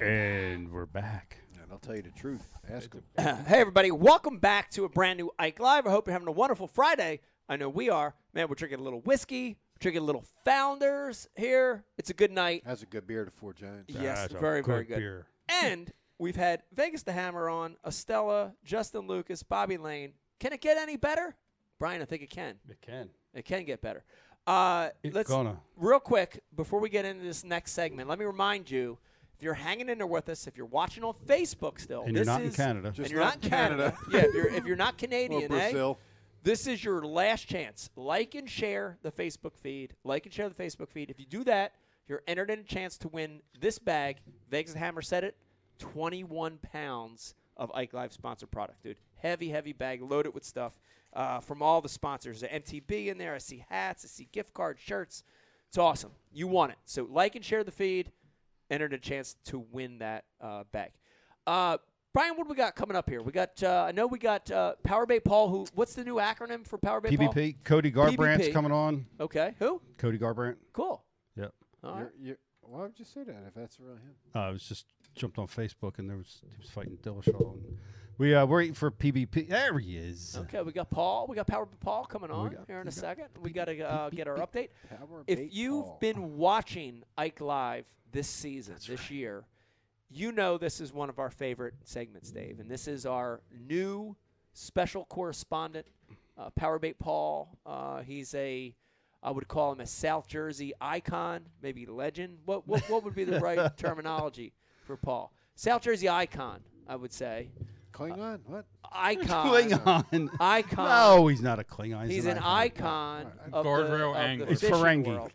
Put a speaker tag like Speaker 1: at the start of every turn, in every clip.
Speaker 1: And we're back.
Speaker 2: And I'll tell you the truth. Ask him.
Speaker 3: hey, everybody. Welcome back to a brand new Ike Live. I hope you're having a wonderful Friday. I know we are. Man, we're drinking a little whiskey, drinking a little Founders here. It's a good night.
Speaker 2: That's a good beer to Four Giants.
Speaker 3: Yes,
Speaker 1: That's a
Speaker 3: very, very
Speaker 1: good
Speaker 3: good.
Speaker 1: beer.
Speaker 3: And we've had Vegas the Hammer on, Estella, Justin Lucas, Bobby Lane. Can it get any better? Brian, I think it can.
Speaker 1: It can.
Speaker 3: It can get better. Uh,
Speaker 1: It's
Speaker 3: let's
Speaker 1: gonna.
Speaker 3: real quick before we get into this next segment. Let me remind you, if you're hanging in there with us, if you're watching on Facebook still,
Speaker 1: And you're
Speaker 3: this
Speaker 1: not in
Speaker 3: is-
Speaker 1: Canada.
Speaker 3: and
Speaker 2: Just
Speaker 3: you're not in Canada. yeah, if you're if you're not Canadian,
Speaker 2: Brazil.
Speaker 3: Eh? This is your last chance. Like and share the Facebook feed. Like and share the Facebook feed. If you do that, you're entered in a chance to win this bag. Vegas and Hammer said it. 21 pounds of Ike Live sponsored product, dude. Heavy, heavy bag, loaded with stuff uh, from all the sponsors. The MTB in there. I see hats. I see gift cards, shirts. It's awesome. You want it. So like and share the feed. Entered a chance to win that uh, bag. Uh, Brian, what do we got coming up here? We got. Uh, I know we got uh, Power Bay Paul. Who? What's the new acronym for Power Bay Paul?
Speaker 1: PvP. Cody Garbrandt's
Speaker 3: PvP.
Speaker 1: coming on.
Speaker 3: Okay. Who?
Speaker 1: Cody Garbrandt.
Speaker 3: Cool.
Speaker 1: Yep.
Speaker 3: All right.
Speaker 2: You're, you're, why would you say that if that's really him?
Speaker 1: Uh, I was just jumped on Facebook and there was he was fighting Dillashaw. And we uh, we're waiting for PvP. There he is.
Speaker 3: Okay. We got Paul. We got Power Bay Paul coming on
Speaker 1: got-
Speaker 3: here in a second. We got to uh, get our update.
Speaker 2: Power
Speaker 3: If
Speaker 2: bait
Speaker 3: you've
Speaker 2: ball.
Speaker 3: been watching Ike Live this season, this year, you know this is one of our favorite segments, Dave. And this is our new special correspondent, uh, Powerbait Paul. Uh, he's a, I would call him a South Jersey icon, maybe legend. What, what, what would be the right terminology for Paul? South Jersey icon, I would say.
Speaker 2: Klingon, what?
Speaker 3: Icon.
Speaker 1: Klingon.
Speaker 3: Icon.
Speaker 1: No, he's not a Klingon.
Speaker 3: He's an icon of the,
Speaker 4: Guardrail
Speaker 3: of the
Speaker 4: angle.
Speaker 1: It's
Speaker 3: fishing
Speaker 1: Ferengi.
Speaker 3: world.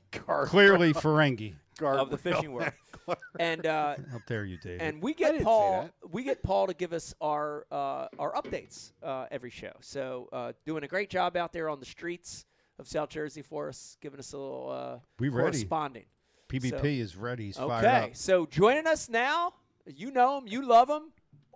Speaker 1: Clearly Ferengi.
Speaker 3: of the fishing world. and uh,
Speaker 1: How dare you, Dave?
Speaker 3: and we
Speaker 2: I
Speaker 3: get
Speaker 2: didn't say
Speaker 3: Paul
Speaker 2: that.
Speaker 3: we get Paul to give us our uh, our updates uh, every show. So uh, doing a great job out there on the streets of South Jersey for us, giving us a little uh,
Speaker 1: We ready.
Speaker 3: corresponding.
Speaker 1: PvP
Speaker 3: so-
Speaker 1: is ready. He's fired
Speaker 3: okay,
Speaker 1: up.
Speaker 3: so joining us now, you know him, you love him,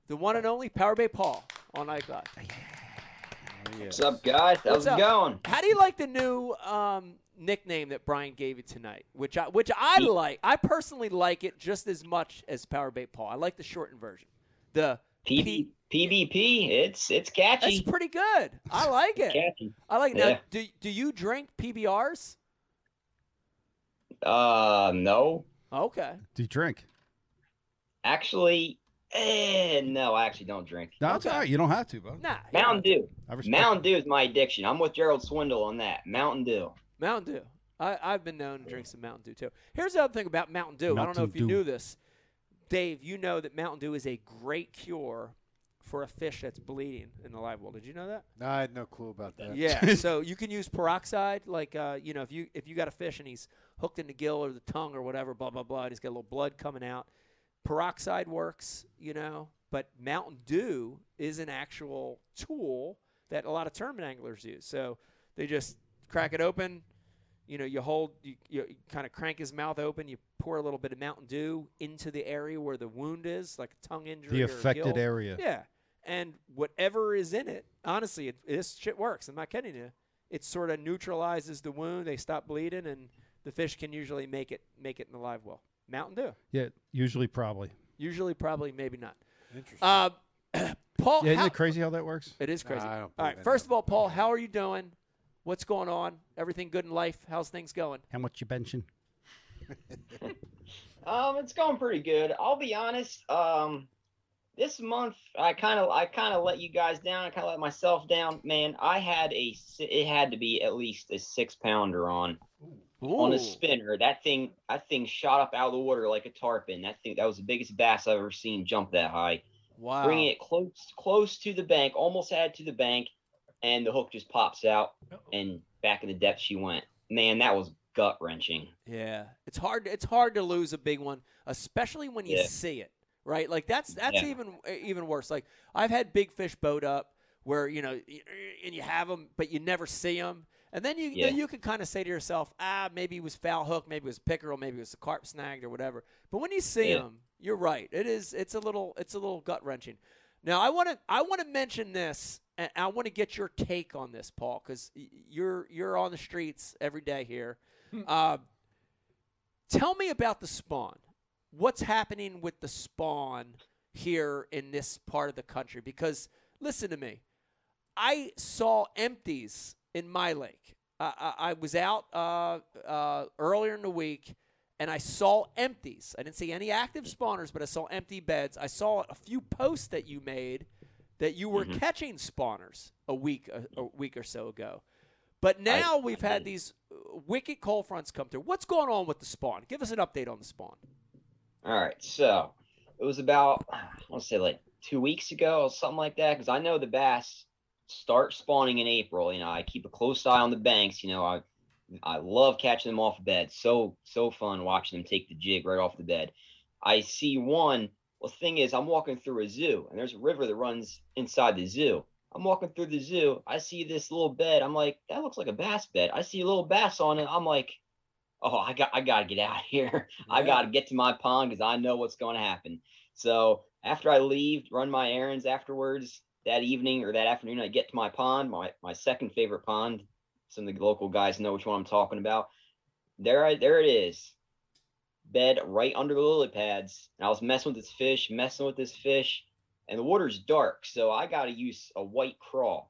Speaker 3: the one and only Power Bay Paul on iCloud.
Speaker 2: Oh,
Speaker 5: What's up, guys? How's
Speaker 3: What's up?
Speaker 5: it going?
Speaker 3: How do you like the new um, nickname that Brian gave you tonight? Which I which I like. I personally like it just as much as Power Bait Paul. I like the shortened version. The
Speaker 5: PB, PvP, it's it's catchy.
Speaker 3: that's pretty good. I like it.
Speaker 5: catchy.
Speaker 3: I like it. Now,
Speaker 5: Yeah.
Speaker 3: do do you drink PBRs?
Speaker 5: Uh, no,
Speaker 3: Okay.
Speaker 1: Do you drink?
Speaker 5: actually, eh, no, I actually don't drink.
Speaker 1: No, it's
Speaker 3: Okay.
Speaker 1: all right. You don't have to, bud.
Speaker 3: Nah. yeah.
Speaker 5: Mountain Dew.
Speaker 1: I respect
Speaker 5: Mountain Dew is my addiction. I'm with Gerald Swindle on that. Mountain Dew.
Speaker 3: Mountain Dew. I, I've been known to drink some Mountain Dew too. Here's the other thing about Mountain Dew. I don't know
Speaker 1: Mountain
Speaker 3: if you
Speaker 1: Dew.
Speaker 3: knew this. Dave, you know that Mountain Dew is a great cure for a fish that's bleeding in the live well. Did you know that?
Speaker 2: No, I had no clue about that.
Speaker 3: Yeah. so you can use peroxide, like uh, you know, if you if you got a fish and he's hooked in the gill or the tongue or whatever, blah blah blah, and he's got a little blood coming out. Peroxide works, you know, but Mountain Dew is an actual tool that a lot of tournament anglers use. So they just crack it open. You know, you hold, you, you kind of crank his mouth open. You pour a little bit of Mountain Dew into the area where the wound is, like a tongue injury.
Speaker 1: the
Speaker 3: or a
Speaker 1: affected
Speaker 3: gill.
Speaker 1: area.
Speaker 3: Yeah. And whatever is in it, honestly, it, this shit works. I'm not kidding you. It sort of neutralizes the wound. They stop bleeding, and the fish can usually make it make it in the live well. Mountain Dew,
Speaker 1: Yeah, usually probably.
Speaker 3: usually, probably, maybe not.
Speaker 2: Interesting.
Speaker 3: Uh, Paul,
Speaker 1: Yeah, isn't
Speaker 3: Oh, how-
Speaker 1: it crazy how that works?
Speaker 3: It is
Speaker 2: Nah,
Speaker 3: crazy.
Speaker 2: I don't
Speaker 3: all
Speaker 2: believe
Speaker 3: right,
Speaker 2: in
Speaker 3: first
Speaker 2: that.
Speaker 3: of all, Paul, how are you doing? What's going on? Everything good in life? How's things going?
Speaker 1: How much you benching?
Speaker 5: Um, it's going pretty good. I'll be honest. Um, this month I kind of I kind of let you guys down. I kind of let myself down. Man, I had a si- it had to be at least a six pounder on on a spinner. That thing that thing shot up out of the water like a tarpon. That thing that was the biggest bass I've ever seen jump that high.
Speaker 3: Wow.
Speaker 5: Bringing it close close to the bank, almost had it to the bank, and the hook just pops out and back in the depth she went. Man, that was gut wrenching.
Speaker 3: Yeah, it's hard. It's hard to lose a big one, especially when you
Speaker 5: Yeah.
Speaker 3: see it. Right, like that's that's
Speaker 5: Yeah.
Speaker 3: even even worse. Like I've had big fish boat up where you know, and you have them, but you never see them, and then you
Speaker 5: Yeah.
Speaker 3: then you can kind of say to yourself, ah, maybe it was foul hook, maybe it was pickerel, maybe it was a carp snagged or whatever. But when you see
Speaker 5: Yeah.
Speaker 3: them, you're right. It is. It's a little. It's a little gut wrenching. Now I want to I want to mention this, and I want to get your take on this, Paul, because you're you're on the streets every day here. uh, tell me about the spawn. what's happening with the spawn here in this part of the country? Because listen to me, I saw empties in my lake. I, I, I was out uh, uh, earlier in the week and I saw empties. I didn't see any active spawners, but I saw empty beds. I saw a few posts that you made that you were
Speaker 5: Mhm.
Speaker 3: catching spawners a week uh, a, a week or so ago. But now we've had these uh, wicked cold fronts come through. What's going on with the spawn? Give us an update on the spawn.
Speaker 5: All right, so it was about I want to say like two weeks ago or something like that, because I know the bass start spawning in April. You know, I keep a close eye on the banks. You know, I I love catching them off bed. So so fun watching them take the jig right off the bed. I see one. Well, thing is, I'm walking through a zoo, and there's a river that runs inside the zoo. I'm walking through the zoo. I see this little bed. I'm like, that looks like a bass bed. I see a little bass on it. I'm like, oh, I got, I gotta get out of here. I
Speaker 2: Yeah.
Speaker 5: gotta get to my pond because I know what's gonna happen. So after I leave, run my errands afterwards that evening or that afternoon, I get to my pond, my my second favorite pond. Some of the local guys know which one I'm talking about. There, I, there it is bed right under the lily pads. And I was messing with this fish, messing with this fish, and the water's dark, so I gotta use a white craw,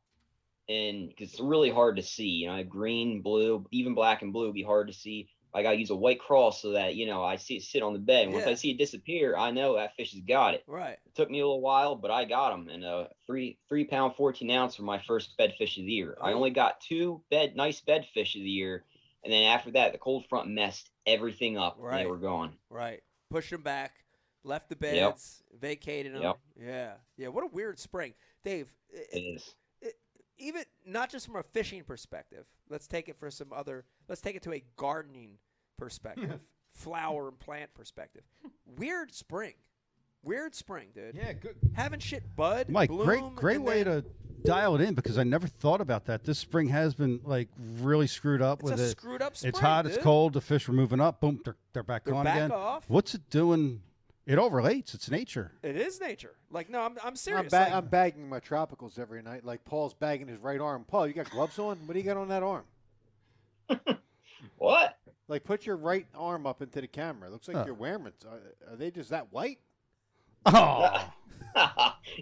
Speaker 5: and 'cause it's really hard to see. You know, green, blue, even black and blue would be hard to see. I gotta use a white craw so that you know I see it sit on the bed. And Once
Speaker 3: Yeah.
Speaker 5: I see it disappear, I know that fish has got it.
Speaker 3: Right.
Speaker 5: It took me a little while, but I got them. And uh, three three pound fourteen ounce for my first bed fish of the year. I
Speaker 3: Oh.
Speaker 5: only got two bed nice bed fish of the year, and then after that, the cold front messed everything up. And
Speaker 3: Right.
Speaker 5: they were gone.
Speaker 3: Right. Pushed them back, left the
Speaker 5: Yep.
Speaker 3: beds, vacated them.
Speaker 5: Yep.
Speaker 3: Yeah. Yeah. What a weird spring. Dave, i-
Speaker 5: It is.
Speaker 3: even not just from a fishing perspective, let's take it for some other, let's take it to a gardening perspective, flower and plant perspective. Weird spring. Weird spring, dude.
Speaker 1: Yeah, good.
Speaker 3: Having shit bud.
Speaker 1: Mike,
Speaker 3: bloom,
Speaker 1: great, great
Speaker 3: and
Speaker 1: way
Speaker 3: then
Speaker 1: to dial it in because I never thought about that. This spring has been like really screwed up
Speaker 3: It's
Speaker 1: with
Speaker 3: a
Speaker 1: it.
Speaker 3: screwed up spring.
Speaker 1: It's hot,
Speaker 3: dude.
Speaker 1: it's cold. The fish were moving up. Boom, they're, they're back
Speaker 3: They're
Speaker 1: on
Speaker 3: back
Speaker 1: again.
Speaker 3: off.
Speaker 1: What's it doing? It all relates. It's nature.
Speaker 3: It is nature. Like, no, I'm, I'm serious.
Speaker 2: I'm, ba-
Speaker 3: Like,
Speaker 2: I'm bagging my tropicals every night, like Paul's bagging his right arm. Paul, you got gloves on? What do you got on that arm?
Speaker 5: What?
Speaker 2: Like, put your right arm up into the camera. It looks like
Speaker 1: Huh.
Speaker 2: you're wearing it. uh, Are, are they just that white?
Speaker 1: Oh,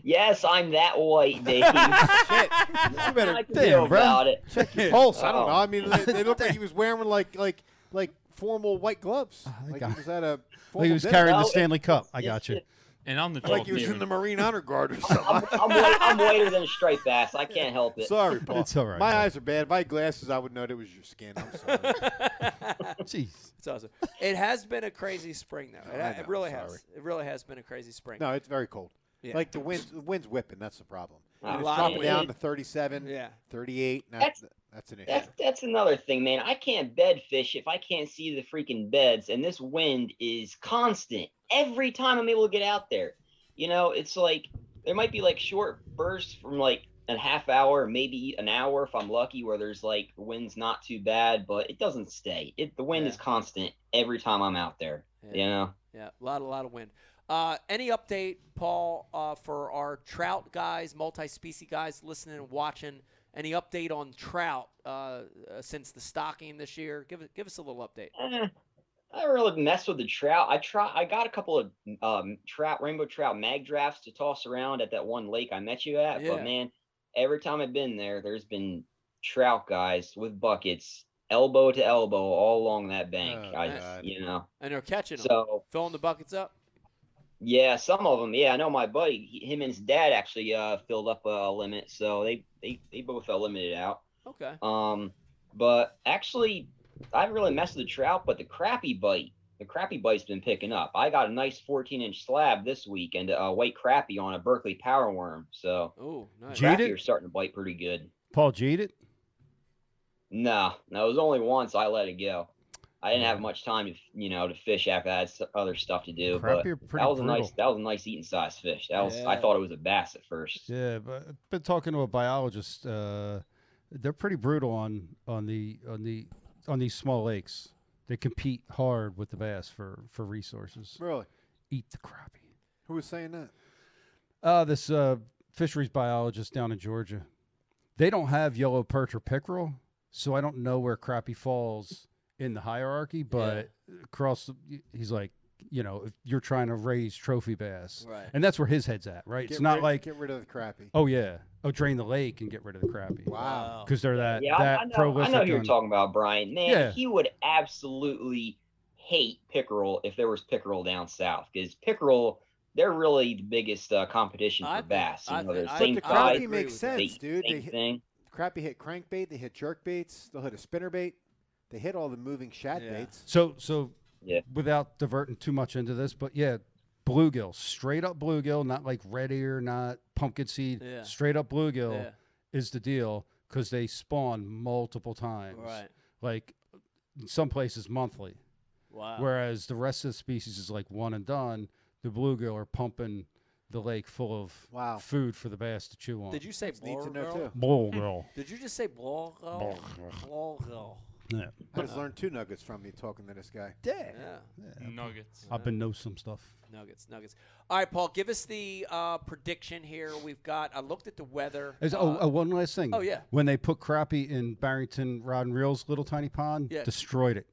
Speaker 5: yes, I'm that white, Dave.
Speaker 2: Shit. You better
Speaker 5: I can
Speaker 1: damn,
Speaker 5: do
Speaker 1: bro.
Speaker 5: about it.
Speaker 2: check your pulse. I don't know.
Speaker 5: Oh.
Speaker 2: I mean, they, they looked like he was wearing like like like formal white gloves.
Speaker 1: I think
Speaker 2: Like
Speaker 1: I-
Speaker 2: he was at a
Speaker 1: Oh, Like he
Speaker 2: formal
Speaker 1: was
Speaker 2: dinner.
Speaker 1: carrying the
Speaker 5: No, it-
Speaker 1: Stanley Cup. I
Speaker 5: it's
Speaker 1: got you.
Speaker 5: just-
Speaker 4: And I'm the
Speaker 2: like
Speaker 4: 12th
Speaker 2: he was in
Speaker 4: man.
Speaker 2: the Marine Honor Guard or something.
Speaker 5: I'm, I'm, white, I'm whiter than a striped bass. I can't help it.
Speaker 2: sorry, Paul.
Speaker 1: It's all right,
Speaker 2: My
Speaker 1: man.
Speaker 2: eyes are bad. If I had glasses, I would know that was your skin. I'm sorry.
Speaker 1: Jeez.
Speaker 3: It's awesome. It has been a crazy spring, though. It,
Speaker 2: I
Speaker 3: it
Speaker 2: know,
Speaker 3: really
Speaker 2: sorry.
Speaker 3: has. It really has been a crazy spring.
Speaker 2: no, it's very cold.
Speaker 3: Yeah.
Speaker 2: Like the wind, the wind's whipping. That's the problem.
Speaker 5: A
Speaker 2: And it's
Speaker 3: lot of
Speaker 2: dropping
Speaker 3: wind.
Speaker 2: down to 37,
Speaker 3: Yeah.
Speaker 2: 38. and
Speaker 5: That's-
Speaker 2: That's that's an issue.
Speaker 5: That's that's another thing, man. I can't bed fish if I can't see the freaking beds, and this wind is constant every time I'm able to get out there. You know, it's like there might be like short bursts from like a half hour, maybe an hour if I'm lucky, where there's like the wind's not too bad, but it doesn't stay. It the wind
Speaker 3: Yeah.
Speaker 5: is constant every time I'm out there.
Speaker 3: Yeah.
Speaker 5: You know,
Speaker 3: Yeah, a lot, a lot of wind. Uh, any update, Paul, uh, for our trout guys, multi-species guys listening and watching? Any update on trout uh, uh, since the stocking this year? Give us- give us a little update.
Speaker 5: Eh, I don't really mess with the trout. I try. I got a couple of um, trout, rainbow trout mag drafts to toss around at that one lake I met you at.
Speaker 3: Yeah.
Speaker 5: But man, every time I've been there, there's been trout guys with buckets, elbow to elbow, all along that bank.
Speaker 2: Oh,
Speaker 5: I,
Speaker 2: God.
Speaker 5: you know,
Speaker 3: And they're catching them,
Speaker 5: so
Speaker 3: filling the buckets up.
Speaker 5: yeah, some of them. Yeah, I know my buddy, he- him and his dad actually uh, filled up a limit, so they they they both uh, limited out.
Speaker 3: Okay.
Speaker 5: Um, but actually, I haven't really messed with the trout, but the crappy bite, the crappy bite's been picking up. I got a nice 14 inch slab this week and a white crappy on a Berkeley power worm. So
Speaker 3: Oh, nice.
Speaker 1: Jeep? Jeet
Speaker 5: crappy
Speaker 1: it?
Speaker 5: are starting to bite pretty good.
Speaker 1: Paul Jeet it.
Speaker 5: No, no, it was only once I let it go. I didn't have much time to, you know, to fish after I had s- other stuff to do.
Speaker 1: Crappy
Speaker 5: but
Speaker 1: are pretty
Speaker 5: that was
Speaker 1: brutal.
Speaker 5: a nice, that was a nice eating size fish. That was, I
Speaker 3: Yeah.
Speaker 5: thought it was a bass at first.
Speaker 1: Yeah, but I've been talking to a biologist. Uh, they're pretty brutal on on the on the on these small lakes. They compete hard with the bass for for resources.
Speaker 2: Really?
Speaker 1: Eat the crappie.
Speaker 2: Who was saying that?
Speaker 1: Uh, this uh, fisheries biologist down in Georgia. They don't have yellow perch or pickerel, so I don't know where crappie falls in the hierarchy. But across, the, he's like you know, if you're trying to raise trophy bass.
Speaker 3: Right.
Speaker 1: And that's where his head's at, right?
Speaker 2: Get
Speaker 1: it's not
Speaker 2: rid-
Speaker 1: like,
Speaker 2: get rid of the crappy.
Speaker 1: oh, yeah, oh, drain the lake and get rid of the crappy.
Speaker 2: Wow.
Speaker 1: Because they're that,
Speaker 5: yeah, I-
Speaker 1: that
Speaker 5: I know, I
Speaker 1: prolific.
Speaker 5: know who you're
Speaker 1: on-
Speaker 5: talking about, Brian. Man,
Speaker 1: Yeah.
Speaker 5: he would absolutely hate pickerel if there was pickerel down south because pickerel, they're really the biggest uh, competition
Speaker 3: I
Speaker 5: for
Speaker 3: think-
Speaker 5: bass. You
Speaker 3: I
Speaker 5: know,
Speaker 3: think-
Speaker 5: they're
Speaker 3: I
Speaker 5: same
Speaker 3: think-
Speaker 2: The
Speaker 3: I
Speaker 5: size,
Speaker 2: crappy
Speaker 3: agree
Speaker 2: makes
Speaker 3: with that.
Speaker 2: sense,
Speaker 5: same-
Speaker 2: dude. They
Speaker 5: same
Speaker 2: hit,
Speaker 5: thing.
Speaker 2: crappy hit crankbait, they hit jerk baits, they'll hit a spinner bait, they hit all the moving shad
Speaker 3: Yeah.
Speaker 2: baits.
Speaker 1: So so
Speaker 5: Yeah.
Speaker 1: without diverting too much into this, but yeah, bluegill, straight up bluegill, not like red ear, not pumpkin seed,
Speaker 3: Yeah.
Speaker 1: straight up bluegill
Speaker 3: Yeah.
Speaker 1: is the deal because they spawn multiple times,
Speaker 3: Right.
Speaker 1: like in some places monthly,
Speaker 3: Wow.
Speaker 1: whereas the rest of the species is like one and done. The bluegill are pumping the lake full of
Speaker 2: Wow.
Speaker 1: food for the bass to chew on.
Speaker 3: Did you say
Speaker 2: Just need to know
Speaker 3: blorgirl?
Speaker 2: too.
Speaker 1: bluegill?
Speaker 3: Did you just say blorgirl? Blorgirl.
Speaker 1: Yeah.
Speaker 2: I just learned two nuggets from you talking to this guy.
Speaker 3: Yeah.
Speaker 4: Nuggets.
Speaker 1: I've been know some stuff.
Speaker 3: Nuggets, Nuggets. All right, Paul, give us the uh, prediction here. We've got. I looked at the weather.
Speaker 1: Is,
Speaker 3: uh,
Speaker 1: oh, oh, one last thing.
Speaker 3: oh, yeah.
Speaker 1: When they put crappie in Barrington Rod and Reel's little tiny pond,
Speaker 3: Yeah.
Speaker 1: destroyed it.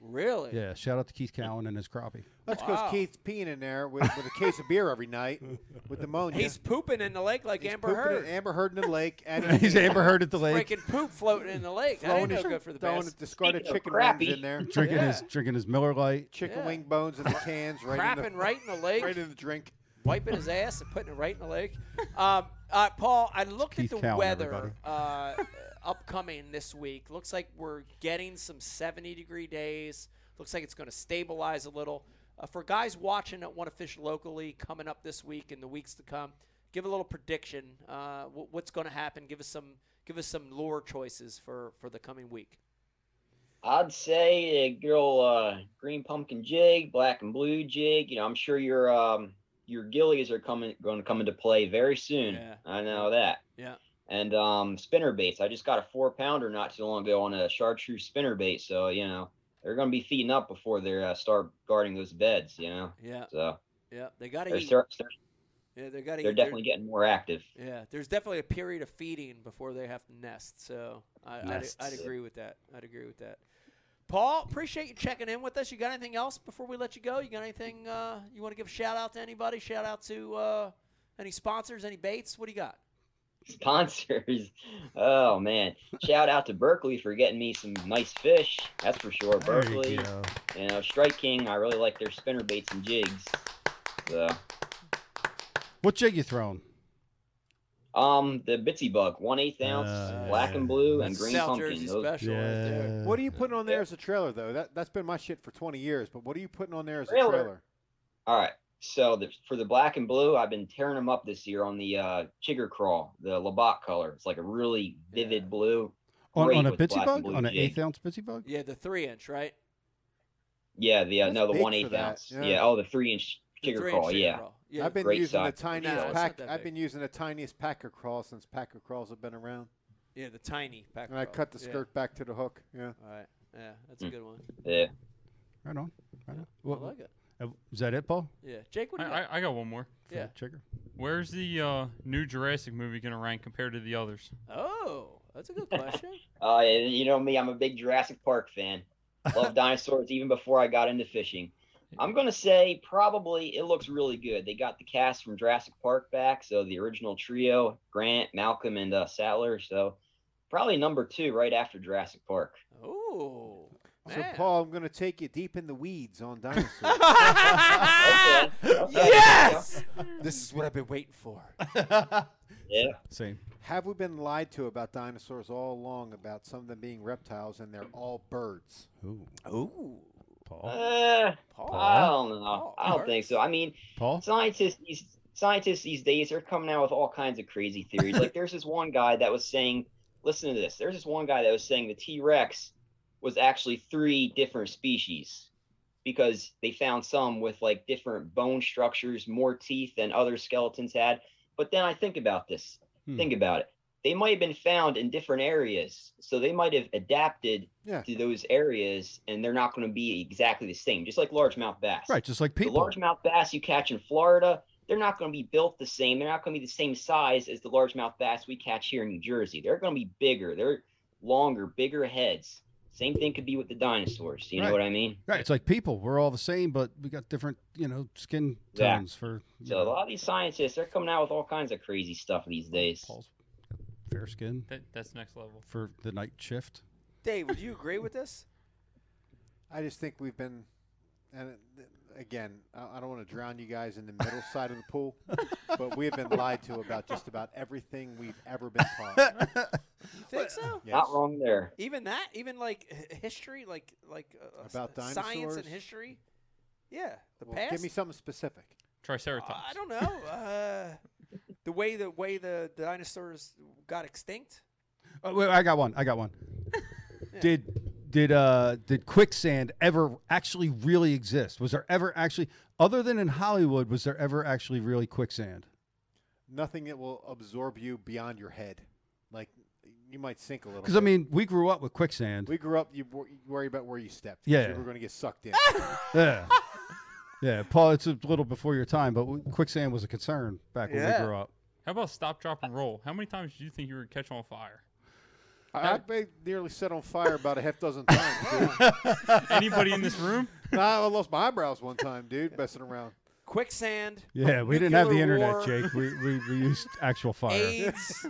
Speaker 3: really?
Speaker 1: Yeah. Shout out to Keith Cowan and his crappie.
Speaker 2: That's
Speaker 3: Wow.
Speaker 2: because Keith's peeing in there with, with a case of beer every night with pneumonia.
Speaker 3: He's pooping in the lake like
Speaker 2: He's
Speaker 3: Amber
Speaker 2: pooping at
Speaker 3: Heard.
Speaker 2: Amber Heard in the lake. And
Speaker 1: He's Amber Heard at the lake,
Speaker 3: Freaking poop floating in the lake. That ain't
Speaker 2: throwing
Speaker 3: no
Speaker 2: his,
Speaker 3: good for the
Speaker 2: throwing
Speaker 3: bass.
Speaker 2: his discarded
Speaker 5: Speaking of
Speaker 2: chicken
Speaker 5: crappy.
Speaker 2: wings in there.
Speaker 1: drinking his
Speaker 3: Yeah.
Speaker 1: drinking his Miller Lite.
Speaker 2: Chicken
Speaker 3: Yeah.
Speaker 2: wing bones in the cans right in
Speaker 3: Crapping
Speaker 2: the,
Speaker 3: right in the lake,
Speaker 2: right in the drink.
Speaker 3: wiping his ass and putting it right in the lake. Um, uh, Paul, I looked at
Speaker 1: Keith
Speaker 3: the
Speaker 1: Cowan,
Speaker 3: weather
Speaker 1: everybody.
Speaker 3: uh, upcoming this week. Looks like we're getting some 70 degree days. Looks like it's going to stabilize a little. Uh, for guys watching that want to fish locally coming up this week and the weeks to come, give a little prediction. Uh, wh- what's going to happen? Give us some give us some lure choices for for the coming week.
Speaker 5: I'd say a good old uh, green pumpkin jig, black and blue jig. You know, I'm sure your um, your gillies are coming going to come into play very soon.
Speaker 3: Yeah.
Speaker 5: I know that.
Speaker 3: Yeah.
Speaker 5: And um, spinner baits. I just got a four pounder not too long ago on a chartreuse spinner bait. So you know they're going to be feeding up before they uh, start guarding those beds. You know,
Speaker 3: Yeah,
Speaker 5: so
Speaker 3: yeah, Uh, they got to
Speaker 5: they're
Speaker 3: eat.
Speaker 5: start- they're,
Speaker 3: Yeah, they got to eat.
Speaker 5: they're
Speaker 3: They're-
Speaker 5: definitely getting more active.
Speaker 3: Yeah, there's definitely a period of feeding before they have to nest. So I, I'd,
Speaker 1: Nests.
Speaker 3: I'd agree with that. I'd agree with that. Paul, appreciate you checking in with us. You got anything else before we let you go? You got anything uh, you want to give a shout out to anybody? Shout out to uh, any sponsors, any baits? What do you got?
Speaker 5: Sponsors. Oh man! Shout out to Berkeley for getting me some nice fish. That's for sure.
Speaker 1: There you
Speaker 5: Berkeley.
Speaker 1: go.
Speaker 5: You know, Strike King, I really like their spinner baits and jigs. So,
Speaker 1: What jig you throwing?
Speaker 5: um, the Bitsy Bug, one eighth ounce,
Speaker 2: Ah,
Speaker 1: Uh,
Speaker 5: black and blue, and green
Speaker 3: South
Speaker 5: pumpkin.
Speaker 3: Jersey
Speaker 5: Those-
Speaker 3: special right there.
Speaker 2: What are you putting on there
Speaker 5: Yeah.
Speaker 2: as a trailer, though? That, that's been my shit for 20 years, but what are you putting on there as
Speaker 5: Trailer.
Speaker 2: a trailer?
Speaker 5: All right. So the, for the black and blue, I've been tearing them up this year on the uh, Chigger Crawl, the Labatt color. It's like a really vivid
Speaker 3: Yeah.
Speaker 5: blue.
Speaker 1: on,
Speaker 5: Great
Speaker 1: on a
Speaker 5: with
Speaker 1: bitsy
Speaker 5: black and
Speaker 1: bug?
Speaker 5: blue
Speaker 1: On an
Speaker 5: jig.
Speaker 1: eighth ounce bitsy bug?
Speaker 3: Yeah, the three inch, right?
Speaker 5: Yeah, the uh,
Speaker 2: That's
Speaker 5: no,
Speaker 2: big
Speaker 5: the
Speaker 2: for
Speaker 5: one eighth
Speaker 2: that,
Speaker 5: ounce.
Speaker 2: yeah.
Speaker 5: Yeah. Oh, the three inch
Speaker 3: The
Speaker 5: Chigger
Speaker 3: three-inch
Speaker 5: Crawl.
Speaker 3: jigger
Speaker 5: yeah.
Speaker 3: crawl. Yeah.
Speaker 2: I've been
Speaker 5: great
Speaker 2: using the
Speaker 5: size.
Speaker 3: No,
Speaker 2: tiniest
Speaker 3: it's not
Speaker 2: pack.
Speaker 3: that
Speaker 2: I've
Speaker 3: big.
Speaker 2: been using the tiniest packer crawl since packer crawls have been around,
Speaker 3: yeah, the tiny pack.
Speaker 2: and I
Speaker 3: crawl.
Speaker 2: cut the
Speaker 3: Oh, Yeah.
Speaker 2: skirt back to the hook. Yeah,
Speaker 3: All right. Yeah, that's a
Speaker 5: Mm.
Speaker 3: good one.
Speaker 5: Yeah.
Speaker 1: Right on. Right
Speaker 3: Yeah.
Speaker 1: on.
Speaker 3: I
Speaker 1: What,
Speaker 3: like it.
Speaker 1: uh, is that it, Paul?
Speaker 3: Yeah, Jake, what
Speaker 4: I,
Speaker 3: do you got?
Speaker 4: I, I got one more.
Speaker 1: For
Speaker 3: Yeah.
Speaker 1: that Chigger?
Speaker 4: Where's the uh, new Jurassic movie gonna rank compared to the others?
Speaker 3: Oh, that's a good question.
Speaker 5: Uh, and you know me, I'm a big Jurassic Park fan. Love dinosaurs even before I got into fishing. I'm gonna say probably it looks really good. They got the cast from Jurassic Park back, so the original trio: Grant, Malcolm, and uh, Sattler. So probably number two right after Jurassic Park.
Speaker 3: oh,
Speaker 2: So
Speaker 3: man.
Speaker 2: Paul, I'm going to take you deep in the weeds on dinosaurs.
Speaker 5: Okay, okay,
Speaker 3: yes! This is what I've been waiting for.
Speaker 5: Yeah.
Speaker 1: Same.
Speaker 2: Have we been lied to about dinosaurs all along? About some of them being reptiles, and they're all birds.
Speaker 1: Ooh,
Speaker 3: Ooh.
Speaker 1: Paul.
Speaker 5: Uh, I
Speaker 3: Paul.
Speaker 5: don't know. I don't think so. I mean,
Speaker 1: Paul.
Speaker 5: scientists these scientists these days are coming out with all kinds of crazy theories. like there's this one guy that was saying, listen to this. There's this one guy that was saying the T Rex was actually three different species because they found some with like different bone structures, more teeth than other skeletons had. But then I think about this.
Speaker 1: Hmm.
Speaker 5: Think about it. They might have been found in different areas, so they might have adapted
Speaker 2: Yeah.
Speaker 5: to those areas, and they're not going to be exactly the same. Just like largemouth bass,
Speaker 1: Right, just like
Speaker 5: the
Speaker 1: people.
Speaker 5: largemouth bass you catch in Florida, they're not going to be built the same. They're not going to be the same size as the largemouth bass we catch here in New Jersey. They're going to be bigger. They're longer, bigger heads. Same thing could be with the dinosaurs. You
Speaker 1: Right.
Speaker 5: know what I mean?
Speaker 1: Right. It's like people. We're all the same, but we got different, you know, skin
Speaker 5: Yeah.
Speaker 1: tones for you
Speaker 5: So a
Speaker 1: know,
Speaker 5: lot of these scientists, they're coming out with all kinds of crazy stuff these days.
Speaker 1: Paul's fair skin
Speaker 4: That, that's next level.
Speaker 1: for the night shift.
Speaker 3: Dave, would you agree with this?
Speaker 2: I just think we've been, and it- th- again, I I don't want to drown you guys in the middle side of the pool, but we have been lied to about just about everything we've ever been taught.
Speaker 1: Oh,
Speaker 3: You think so?
Speaker 2: Yes.
Speaker 5: Not wrong there.
Speaker 3: Even that, even like h- history, like like uh, uh,
Speaker 2: About
Speaker 3: s- science and
Speaker 2: dinosaurs?
Speaker 3: history. Yeah, the
Speaker 2: Well,
Speaker 3: past.
Speaker 2: give me something specific.
Speaker 4: Triceratops.
Speaker 3: I don't know. Uh, the way the way the dinosaurs got extinct.
Speaker 1: Oh, wait, I got one. I got one.
Speaker 3: Yeah.
Speaker 1: Did did uh did quicksand ever actually really exist? Was there ever actually other than in Hollywood was there ever actually really quicksand?
Speaker 2: Nothing that will absorb you beyond your head. Like you might sink a little.
Speaker 1: Cuz I
Speaker 2: bit.
Speaker 1: mean, we grew up with quicksand.
Speaker 2: we grew up. You, wor- you worry about where you stepped. 'cause
Speaker 1: Yeah.
Speaker 2: you were going to get sucked in.
Speaker 1: yeah. Yeah, Paul, it's a little before your time, but we- quicksand was a concern back when
Speaker 3: Yeah.
Speaker 1: we grew up.
Speaker 4: How about stop, drop, and roll? How many times did you think you were catch on fire?
Speaker 2: I, I ba- nearly set on fire about a half dozen times. Dude.
Speaker 4: Anybody in this room?
Speaker 2: Nah, I lost my eyebrows one time, dude, messing around.
Speaker 3: Quicksand.
Speaker 1: Yeah, we didn't have the
Speaker 3: Nuclear
Speaker 1: internet,
Speaker 3: war.
Speaker 1: Jake. We, we, we used actual fire.
Speaker 3: AIDS.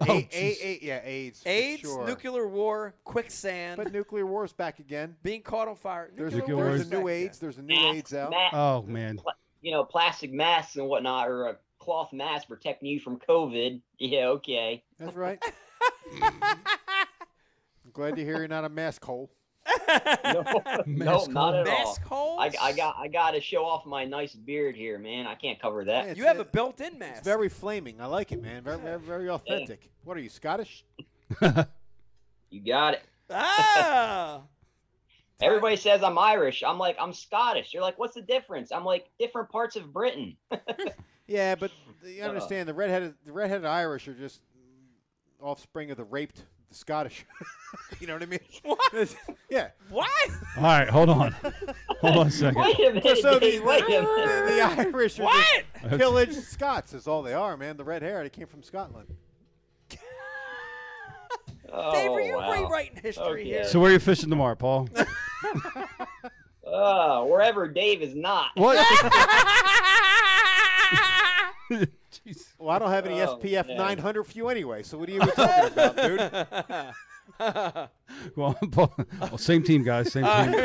Speaker 1: Oh,
Speaker 2: A-
Speaker 1: jeez.
Speaker 2: A- A- yeah, AIDS. for
Speaker 3: AIDS.
Speaker 2: sure.
Speaker 3: Nuclear war. Quicksand.
Speaker 2: But nuclear war's back again.
Speaker 3: being caught on fire.
Speaker 2: There's,
Speaker 1: Nuclear
Speaker 2: a, there's
Speaker 1: war's
Speaker 2: a new
Speaker 3: back, yeah.
Speaker 2: AIDS. There's a new AIDS out.
Speaker 5: Mask-
Speaker 1: Oh man,
Speaker 5: you know, plastic masks and whatnot, or a cloth mask protecting you from COVID. Yeah, okay.
Speaker 2: That's right. I'm glad to hear you're not a mask hole.
Speaker 5: No, no
Speaker 1: Mask
Speaker 5: not at all.
Speaker 3: mask holes.
Speaker 5: I, I got I got to show off my nice beard here, man. I can't cover that.
Speaker 2: Yeah,
Speaker 3: You have a built-in mask.
Speaker 2: It's very flaming. I like it, man. Very, very, very authentic. What are you Scottish?
Speaker 5: You got it.
Speaker 3: ah.
Speaker 5: Everybody says I'm Irish. I'm like I'm Scottish. You're like, what's the difference? I'm like different parts of Britain.
Speaker 2: Yeah, but you
Speaker 5: Uh.
Speaker 2: understand the redheaded, the redheaded Irish are just offspring of the raped the Scottish. you know what I mean?
Speaker 3: What?
Speaker 2: yeah.
Speaker 3: What?
Speaker 1: All right, hold on. Hold on a second.
Speaker 5: Wait a minute.
Speaker 2: So the,
Speaker 5: Dave, wait a minute.
Speaker 2: the Irish are just
Speaker 3: What?
Speaker 2: pillaged Scots is all they are, man. The red hair, they came from Scotland.
Speaker 5: Oh,
Speaker 3: Dave, are you
Speaker 5: wow.
Speaker 3: rewriting history
Speaker 5: Okay.
Speaker 3: here?
Speaker 1: So where are you fishing tomorrow, Paul?
Speaker 5: Oh, wherever Dave is not.
Speaker 1: What?
Speaker 2: Well, I don't have any
Speaker 5: Oh,
Speaker 2: SPF
Speaker 5: man.
Speaker 2: 900 for you anyway, so what are you even talking about, dude?
Speaker 1: Well, Paul, well, same team, guys. Same team.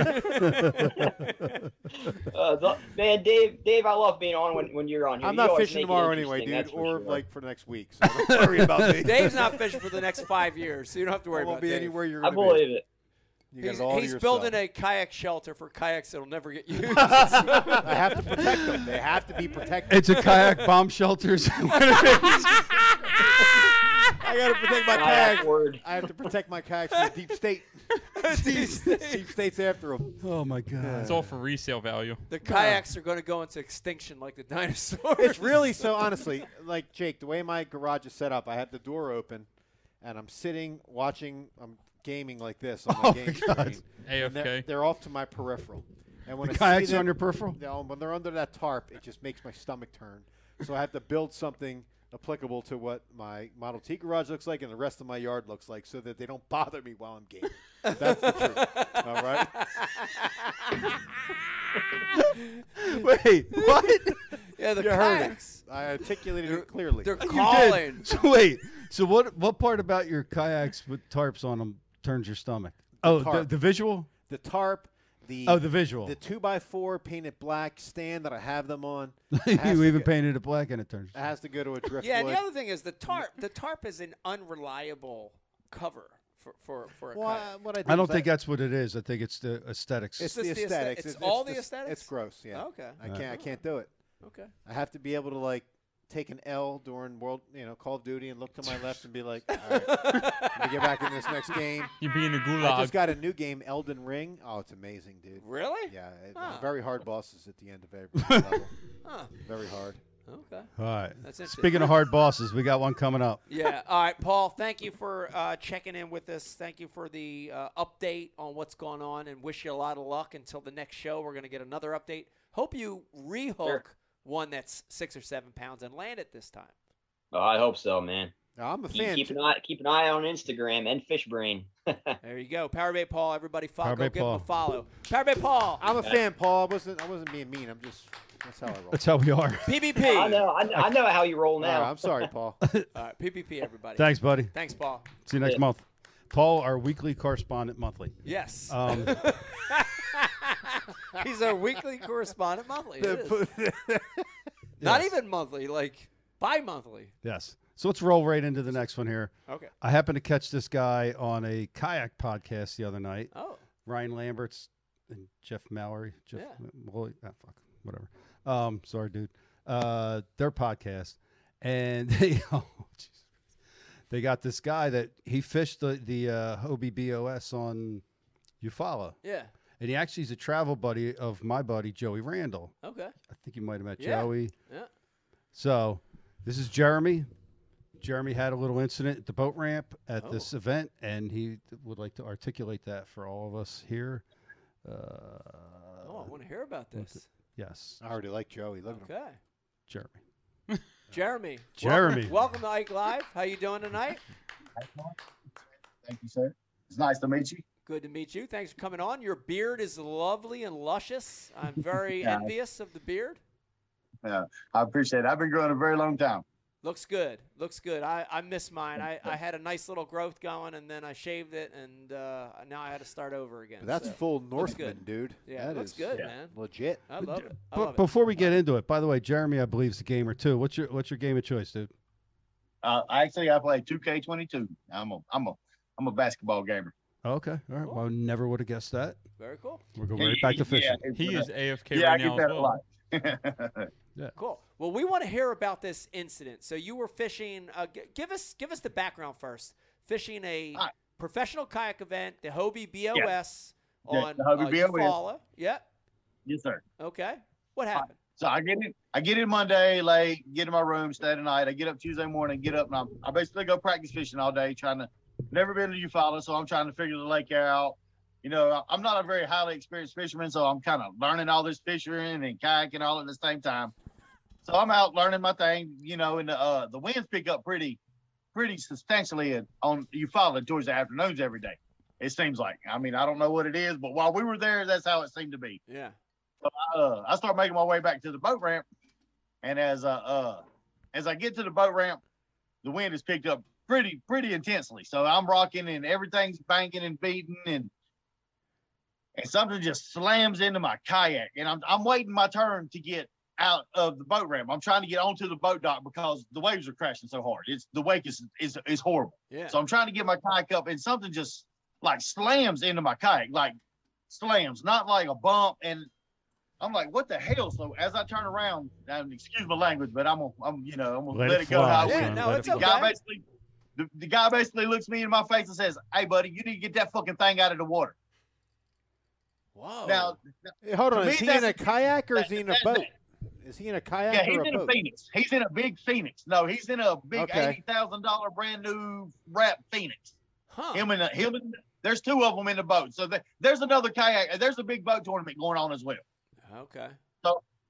Speaker 5: Uh, the- man, Dave, Dave, I love being on when, when you're on here.
Speaker 2: I'm
Speaker 5: You
Speaker 2: not
Speaker 5: always
Speaker 2: fishing
Speaker 5: make it
Speaker 2: tomorrow anyway,
Speaker 5: interesting,
Speaker 2: dude,
Speaker 5: that's for
Speaker 2: or
Speaker 5: sure.
Speaker 2: like for the next week. So don't worry about me.
Speaker 3: Dave's not fishing for the next five years, so you don't have to
Speaker 2: I
Speaker 3: worry
Speaker 2: won't
Speaker 3: about
Speaker 2: be
Speaker 3: Dave.
Speaker 2: anywhere you're
Speaker 5: I
Speaker 2: going to be.
Speaker 5: believe it.
Speaker 2: You got
Speaker 3: He's,
Speaker 2: it all to
Speaker 3: he's
Speaker 2: yourself.
Speaker 3: building a kayak shelter for kayaks that'll never get used.
Speaker 2: I have to protect them. They have to be protected.
Speaker 1: It's a kayak bomb shelters.
Speaker 2: I got to protect my
Speaker 5: Kayak
Speaker 2: kayaks.
Speaker 5: word.
Speaker 2: I have to protect my kayaks from the deep state.
Speaker 3: the
Speaker 2: Deep state's after them.
Speaker 1: oh my
Speaker 4: It's
Speaker 1: god.
Speaker 4: all for resale value.
Speaker 3: kayaks are going to go into extinction like the dinosaurs.
Speaker 2: It's really so honestly, like Jake, the way my garage is set up, I have the door open, and I'm sitting watching. I'm gaming like this on my
Speaker 1: Oh my
Speaker 2: game
Speaker 1: God.
Speaker 2: screen. and they're,
Speaker 4: AFK.
Speaker 2: they're off to my peripheral. And when
Speaker 1: The
Speaker 2: I
Speaker 1: kayaks
Speaker 2: see
Speaker 1: are
Speaker 2: them,
Speaker 1: on your peripheral.
Speaker 2: No, when they're under that tarp, it just makes my stomach turn. So I have to build something applicable to what my Model T garage looks like and the rest of my yard looks like, so that they don't bother me while I'm gaming. That's the truth. All right.
Speaker 1: Wait, what?
Speaker 3: yeah, the
Speaker 2: You heard it.
Speaker 3: kayaks.
Speaker 2: I articulated
Speaker 3: They're-
Speaker 2: it clearly.
Speaker 3: They're
Speaker 1: You
Speaker 3: calling.
Speaker 1: did. So wait. So what? What part about your kayaks with tarps on them turns your stomach? Oh, the,
Speaker 2: tarp.
Speaker 1: the visual.
Speaker 2: the tarp, the
Speaker 1: Oh, the visual.
Speaker 2: the two by four painted black stand that I have them on. it has
Speaker 1: you
Speaker 2: to
Speaker 1: even
Speaker 2: go-
Speaker 1: painted it black and it turns.
Speaker 2: it has to go to a driftwood.
Speaker 3: Yeah, and the other thing is the tarp. The tarp is an unreliable cover for for for a
Speaker 2: well, I-
Speaker 5: um,
Speaker 3: kayak.
Speaker 2: what I, did
Speaker 1: I don't
Speaker 2: was
Speaker 1: think that's what it is. I think it's the aesthetics.
Speaker 2: it's
Speaker 3: It's
Speaker 2: the
Speaker 3: just the aesthet-
Speaker 2: aesthetics.
Speaker 3: it's all the
Speaker 2: It's
Speaker 3: aesthetics?
Speaker 2: gross. Yeah.
Speaker 3: Okay.
Speaker 2: I can't. I can't do it.
Speaker 3: Okay.
Speaker 2: I have to be able to like take an L during World, you know, Call of Duty, and look to my left and be like, all right, let me get back in this next game.
Speaker 4: You'd be in a
Speaker 2: I just
Speaker 4: gulag.
Speaker 2: got a new game, Elden Ring. Oh, it's amazing, dude.
Speaker 3: Really?
Speaker 2: Yeah, it-
Speaker 3: Huh.
Speaker 2: very hard bosses at the end of every level.
Speaker 3: Huh.
Speaker 2: Very hard.
Speaker 3: Okay.
Speaker 1: All right.
Speaker 3: That's interesting.
Speaker 1: Speaking of hard bosses, we got one coming up.
Speaker 3: yeah. All right, Paul. Thank you for uh, checking in with us. Thank you for the uh, update on what's going on, and wish you a lot of luck until the next show. We're gonna get another update. Hope you rehook one that's six or seven pounds and land it this time.
Speaker 5: Oh, I hope so, man.
Speaker 2: Now, I'm a
Speaker 5: Keep,
Speaker 2: fan.
Speaker 5: keep
Speaker 2: too.
Speaker 5: an eye keep an eye on Instagram and Fishbrain.
Speaker 3: There you go. Powerbait Paul, everybody follow.
Speaker 1: Powerbait
Speaker 3: give him
Speaker 1: Paul.
Speaker 3: a follow. Powerbait Paul,
Speaker 2: I'm a fan, Paul. I wasn't. I wasn't being mean. I'm just. That's how I roll.
Speaker 1: That's how we are.
Speaker 5: I
Speaker 3: PvP.
Speaker 5: know I know, I know how you roll
Speaker 2: All right,
Speaker 5: now.
Speaker 2: I'm sorry, Paul.
Speaker 3: All right, PvP, everybody.
Speaker 1: Thanks, buddy.
Speaker 3: Thanks, Paul.
Speaker 1: See you next
Speaker 5: Yeah.
Speaker 1: month. Paul, our weekly correspondent monthly.
Speaker 3: Yes.
Speaker 1: Um,
Speaker 3: He's our weekly correspondent monthly. It is. Not
Speaker 1: yes,
Speaker 3: even monthly, like bi monthly.
Speaker 1: Yes. So let's roll right into the next one here.
Speaker 3: Okay.
Speaker 1: I happened to catch this guy on a kayak podcast the other night.
Speaker 3: Oh.
Speaker 1: Ryan Lamberts and Jeff Mallory. Jeff,
Speaker 3: Yeah.
Speaker 1: Malloy- ah, fuck, whatever. Um, sorry, dude. Uh, their podcast, and they, oh, Jesus. they got this guy that he fished the the uh, Hobie BOS on Eufaula,
Speaker 3: Yeah.
Speaker 1: and he actually is a travel buddy of my buddy Joey Randall.
Speaker 3: Okay.
Speaker 1: I think you might have met
Speaker 3: Yeah.
Speaker 1: Joey.
Speaker 3: Yeah.
Speaker 1: So this is Jeremy. Jeremy had a little incident at the boat ramp at this
Speaker 3: Oh.
Speaker 1: event, and he would like to articulate that for all of us here. Uh,
Speaker 3: Oh, I want to hear about this.
Speaker 1: yes,
Speaker 2: I already like Joey. Look at him.
Speaker 3: Okay.
Speaker 1: Jeremy.
Speaker 3: Jeremy.
Speaker 1: Jeremy.
Speaker 3: Welcome, welcome to Ike Live. How you doing tonight?
Speaker 6: Thank you, sir. It's nice to meet you.
Speaker 3: Good to meet you. Thanks for coming on. Your beard is lovely and luscious. I'm very
Speaker 6: Yeah.
Speaker 3: envious of the beard.
Speaker 6: I appreciate it. I've been growing a very long time.
Speaker 3: Looks good. Looks good. I, I miss mine. I, I had a nice little growth going, and then I shaved it, and uh, now I had to start over again.
Speaker 2: That's
Speaker 3: so.
Speaker 2: full
Speaker 3: good.
Speaker 2: Northman, dude.
Speaker 3: yeah,
Speaker 2: That
Speaker 3: looks
Speaker 2: is
Speaker 3: good, man.
Speaker 2: Legit.
Speaker 3: I love it. I love
Speaker 1: But
Speaker 3: it.
Speaker 1: before we get into it, by the way, Jeremy, I believe is a gamer too. What's your what's your game of choice, dude?
Speaker 6: Uh, actually, I play 2K22. I'm a I'm a I'm a basketball gamer.
Speaker 1: Oh, okay, all right. Well, I never would have guessed that.
Speaker 3: Very cool.
Speaker 1: We're going right back to fishing.
Speaker 6: Yeah, it's
Speaker 4: He
Speaker 6: been a-
Speaker 4: is AFK
Speaker 6: yeah,
Speaker 4: right
Speaker 6: I get
Speaker 4: now as
Speaker 6: that
Speaker 4: well.
Speaker 6: a lot.
Speaker 3: Cool. Well, we want to hear about this incident. So you were fishing. Uh, g- give us give us the background first. Fishing a
Speaker 6: All right.
Speaker 3: professional kayak event, the Hobie BOS
Speaker 6: Yeah,
Speaker 3: on
Speaker 6: the Hobie
Speaker 3: uh,
Speaker 6: BOS.
Speaker 3: Eufaula. Yep.
Speaker 6: yes, sir.
Speaker 3: Okay. What
Speaker 6: right.
Speaker 3: happened?
Speaker 6: So I get in, I get in Monday late, get in my room, stay the night. I get up Tuesday morning, get up, and I'm, I basically go practice fishing all day, trying to. Never been to Eufaula, so I'm trying to figure the lake out. You know, I- I'm not a very highly experienced fisherman, so I'm kind of learning all this fishing and kayaking all at the same time. So I'm out learning my thing, you know, and uh, the winds pick up pretty, pretty substantially at- on Eufaula towards the afternoons every day. It seems like. I mean, I don't know what it is, but while we were there, that's how it seemed to be
Speaker 3: Yeah.
Speaker 6: uh, I start making my way back to the boat ramp, and as uh, uh as I get to the boat ramp, the wind has picked up pretty pretty intensely. So I'm rocking and everything's banking and beating and and something just slams into my kayak and I'm I'm waiting my turn to get out of the boat ramp. I'm trying to get onto the boat dock because the waves are crashing so hard. It's the wake is is, is horrible.
Speaker 3: Yeah.
Speaker 6: So I'm trying to get my kayak up, and something just like slams into my kayak, like slams, not like a bump. And I'm like, what the hell? So as I turn around, and excuse my language, but I'm gonna, I'm, you know, I'm gonna let, it go
Speaker 1: fly,
Speaker 6: how it
Speaker 3: Yeah,
Speaker 6: went.
Speaker 1: son.
Speaker 3: no,
Speaker 1: Let
Speaker 3: it's
Speaker 1: it
Speaker 6: The
Speaker 1: fly.
Speaker 3: okay.
Speaker 6: guy basically, the, the guy basically looks me in my face and says, "Hey, buddy, you need to get that fucking thing out of the water."
Speaker 3: Whoa.
Speaker 6: Now,
Speaker 2: Hey, hold
Speaker 6: To
Speaker 2: on.
Speaker 6: me,
Speaker 2: Is he
Speaker 6: that's
Speaker 2: in a
Speaker 6: a-
Speaker 2: kayak or is he in a
Speaker 6: that's
Speaker 2: boat? Is he in a kayak
Speaker 6: yeah,
Speaker 2: or
Speaker 6: he's
Speaker 2: a
Speaker 6: in a
Speaker 2: boat?
Speaker 6: Phoenix. He's in a big Phoenix. No, he's in a big
Speaker 2: Okay.
Speaker 6: eighty thousand dollar brand new wrap Phoenix.
Speaker 3: huh?
Speaker 6: Him and him and there's two of them in the boat. So there- there's another kayak. There's a big boat tournament going on as well.
Speaker 3: okay.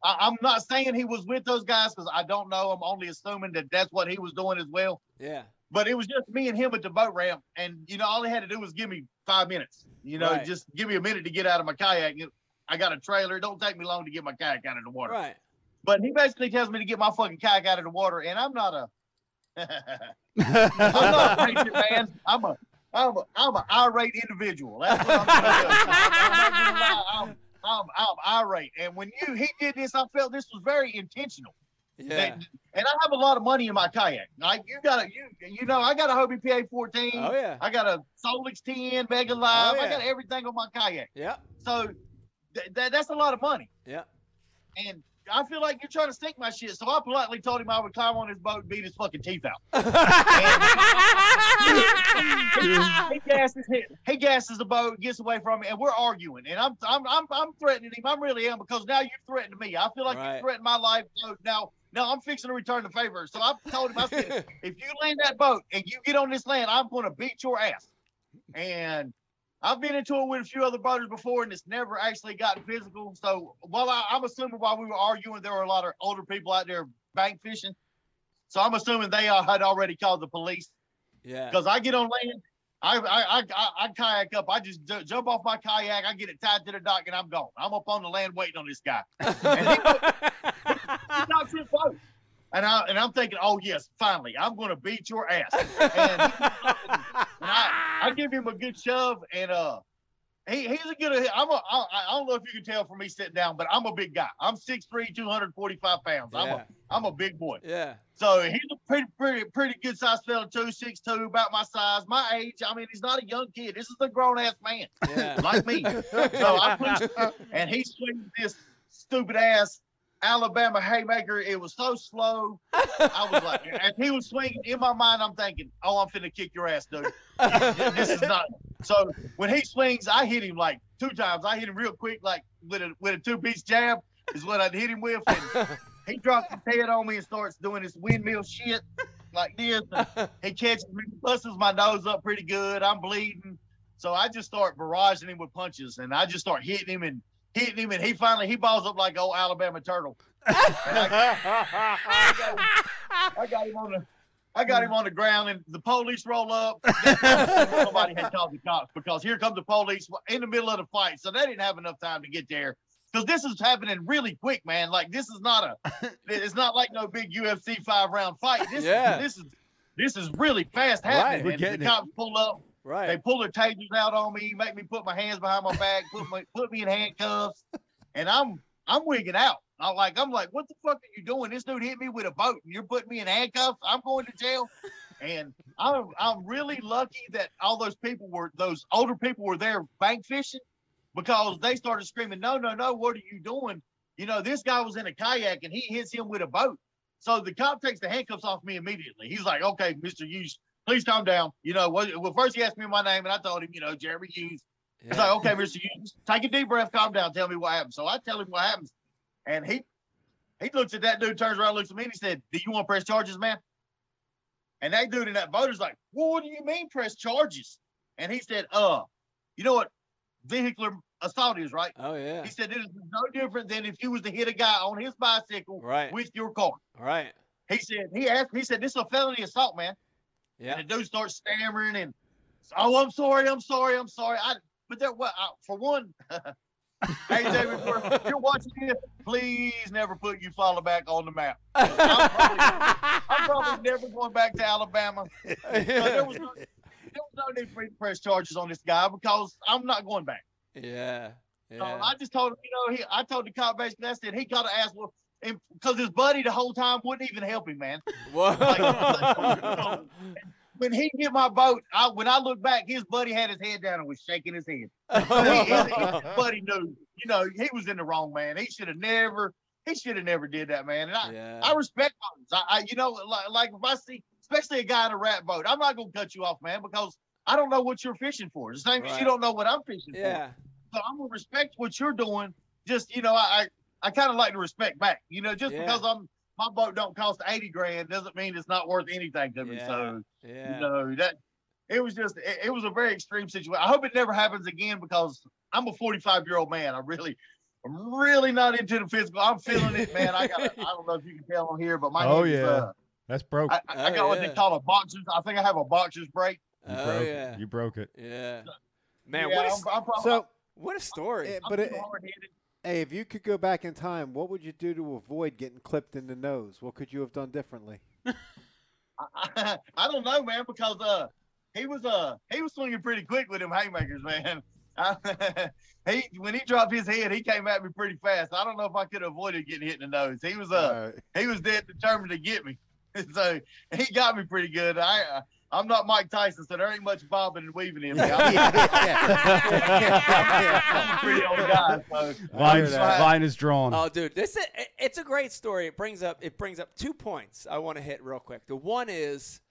Speaker 6: I, I'm not saying he was with those guys because I don't know. I'm only assuming that that's what he was doing as well.
Speaker 3: Yeah.
Speaker 6: But it was just me and him at the boat ramp, and you know all he had to do was give me five minutes. You know,
Speaker 3: Right.
Speaker 6: just give me a minute to get out of my kayak. I got a trailer. It don't take me long to get my kayak out of the water.
Speaker 3: Right.
Speaker 6: But he basically tells me to get my fucking kayak out of the water, and I'm not a. I'm not a preacher, man. I'm a, I'm a, I'm an irate individual. That's what I'm gonna do. I'm, not gonna lie. I'm, I'm, I'm irate. And when you he did this, I felt this was very intentional.
Speaker 3: Yeah.
Speaker 6: And, and I have a lot of money in my kayak. Like you got a, you, you know, I got a Hobie PA 14.
Speaker 3: Oh yeah.
Speaker 6: I got a Solix 10, Mega Live.
Speaker 3: Oh,
Speaker 6: I
Speaker 3: yeah.
Speaker 6: got everything on my kayak.
Speaker 3: Yep.
Speaker 6: So th- th- that's a lot of money.
Speaker 3: Yep.
Speaker 6: And I feel like you're trying to sink my shit. So I politely told him I would climb on his boat and beat his fucking teeth out. he gasses him. He gasses the boat, gets away from it, and we're arguing. And I'm I'm I'm, I'm threatening him. I really am because now you threatened me. I feel like
Speaker 3: Right.
Speaker 6: you threatened my life. So now now I'm fixing to return the favor. So I told him I said, if you land that boat and you get on this land, I'm going to beat your ass. And I've been into it with a few other boaters before, and it's never actually gotten physical. So while I, I'm assuming while we were arguing, there were a lot of older people out there bank fishing. So I'm assuming they uh, had already called the police
Speaker 3: Yeah.
Speaker 6: because I get on land, I I, I I I kayak up, I just ju- jump off my kayak, I get it tied to the dock, and I'm gone. I'm up on the land waiting on this guy. He knocks it close. And I and I'm thinking, oh yes, finally, I'm gonna beat your ass. And I give him a good shove, and uh, he, he's a good. I'm a. I, I don't know if you can tell from me sitting down, but I'm a big guy. I'm 6'3", 245 pounds. I'm
Speaker 3: yeah.
Speaker 6: a I'm a big boy.
Speaker 3: yeah.
Speaker 6: So he's a pretty pretty pretty good sized fella too, six two, about my size, my age. I mean, he's not a young kid. This is a grown ass man
Speaker 3: Yeah.
Speaker 6: like me. So I pushed, and he swings this stupid ass Alabama haymaker. It was so slow. I was like, and he was swinging. In my mind, I'm thinking, oh, I'm finna kick your ass, dude. this is not. So when he swings, I hit him like two times. I hit him real quick, like with a with a two piece jab is what I'd hit him with. And he drops his head on me and starts doing this windmill shit like this. And he catches me, busts my nose up pretty good. I'm bleeding. So I just start barraging him with punches and I just start hitting him and hitting him and he finally he balls up like old Alabama turtle. And I- I got him on the I got him on the ground and the police roll up. Nobody had called the cops because here come the police in the middle of the fight. So they didn't have enough time to get there. Because this is happening really quick, man. Like this is not a it's not like no big UFC five round fight. This
Speaker 3: Yeah.
Speaker 6: is this is this is really fast
Speaker 1: Right,
Speaker 6: happening.
Speaker 1: we're
Speaker 6: and the
Speaker 1: getting it.
Speaker 6: cops pull up. They
Speaker 3: right.
Speaker 6: pull their tasers out on me, make me put my hands behind my back, put my put me in handcuffs, and I'm I'm wigging out. I'm like I'm like, what the fuck are you doing? This dude hit me with a boat, and you're putting me in handcuffs. I'm going to jail. And I'm I'm really lucky that all those people were those older people were there bank fishing because they started screaming, no, no, no, what are you doing? You know, this guy was in a kayak and he hits him with a boat. So the cop takes the handcuffs off me immediately. He's like, okay, Mr. Hughes, please calm down. You know, well, well, first he asked me my name and I told him, you know, Jeremy Hughes. He's like, okay, Mr. Hughes, take a deep breath, calm down, tell me what happened. So I tell him what happens. And he he looks at that dude, turns around, looks at me, and he said, Do you want to press charges, man? And that dude in that boat is like, Well, what do you mean press charges? And he said, Uh, you know what vehicular assault is, right?
Speaker 3: Oh yeah.
Speaker 6: He said, It is no different than if you was to hit a guy on his bicycle
Speaker 3: Right.
Speaker 6: with your car.
Speaker 3: Right.
Speaker 6: He said, he asked, he said, this is a felony assault, man.
Speaker 3: Yeah.
Speaker 6: And the dude starts stammering and, oh, I'm sorry, I'm sorry, I'm sorry. I, but that what I, for one, hey David, for, if you're watching this, please never put you follow back on the map. I'm probably, I'm probably never going back to Alabama. So there was no, there was no need for me to press charges on this guy because I'm not going back.
Speaker 3: yeah.
Speaker 6: So
Speaker 3: Yeah.
Speaker 6: I just told him, you know, he, I told the cop basically, I said he got to ask, well, because his buddy the whole time wouldn't even help him, man. "Oh,
Speaker 3: Whoa.
Speaker 6: like- when he hit my boat, I when I look back, his buddy had his head down and was shaking his head. He- his, his buddy knew, you know, he was in the wrong man. He should have never, he should have never did that, man. And I,
Speaker 3: yeah.
Speaker 6: I respect boats. I, I, you know, like, like if I see, especially a guy in a rat boat, I'm not gonna cut you off, man, because I don't know what you're fishing for. The same as
Speaker 3: Right.
Speaker 6: you don't know what I'm fishing for.
Speaker 3: Yeah.
Speaker 6: So I'm gonna respect what you're doing. Just you know, I I, I kind of like to respect back. You know, just
Speaker 3: Yeah.
Speaker 6: because I'm my boat don't cost eighty grand doesn't mean it's not worth anything to me.
Speaker 3: Yeah.
Speaker 6: So
Speaker 3: Yeah.
Speaker 6: you know that it was just it, it was a very extreme situation. I hope it never happens again because I'm a 45 year old man. I really. I'm really not into the physical. I'm feeling it, man. I got. I don't know if you can tell on here, but my
Speaker 1: Oh,
Speaker 6: hand is,
Speaker 1: yeah.
Speaker 6: uh,
Speaker 1: That's broke.
Speaker 6: I, I
Speaker 3: Oh,
Speaker 6: got what they
Speaker 3: yeah.
Speaker 6: call a boxer's. I think I have a boxer's break.
Speaker 1: you
Speaker 3: oh
Speaker 1: broke
Speaker 3: yeah.
Speaker 1: it. You broke it.
Speaker 3: yeah. Man,
Speaker 6: Yeah,
Speaker 3: what a
Speaker 6: I'm,
Speaker 3: s-
Speaker 6: I'm probably,
Speaker 2: So,
Speaker 3: what a story.
Speaker 2: eh,
Speaker 6: I'm
Speaker 2: but
Speaker 6: too
Speaker 2: it,
Speaker 6: hard-headed.
Speaker 2: hey, if you could go back in time, what would you do to avoid getting clipped in the nose? What could you have done differently?
Speaker 6: I, I don't know, man, because uh, he was uh, he was swinging pretty quick with them haymakers, man. I, he when he dropped his head, he came at me pretty fast. I don't know if I could have avoided getting hit in the nose. He was uh,
Speaker 2: All right.
Speaker 6: he was dead determined to get me, so he got me pretty good. I uh, I'm not Mike Tyson, so there ain't much bobbing and weaving in me. I'm, I'm a pretty old guy, so
Speaker 1: Line,
Speaker 2: hear that.
Speaker 1: line is drawn.
Speaker 3: Oh, dude, this is, it- it's a great story. It brings up it brings up two points I want to hit real quick. The one is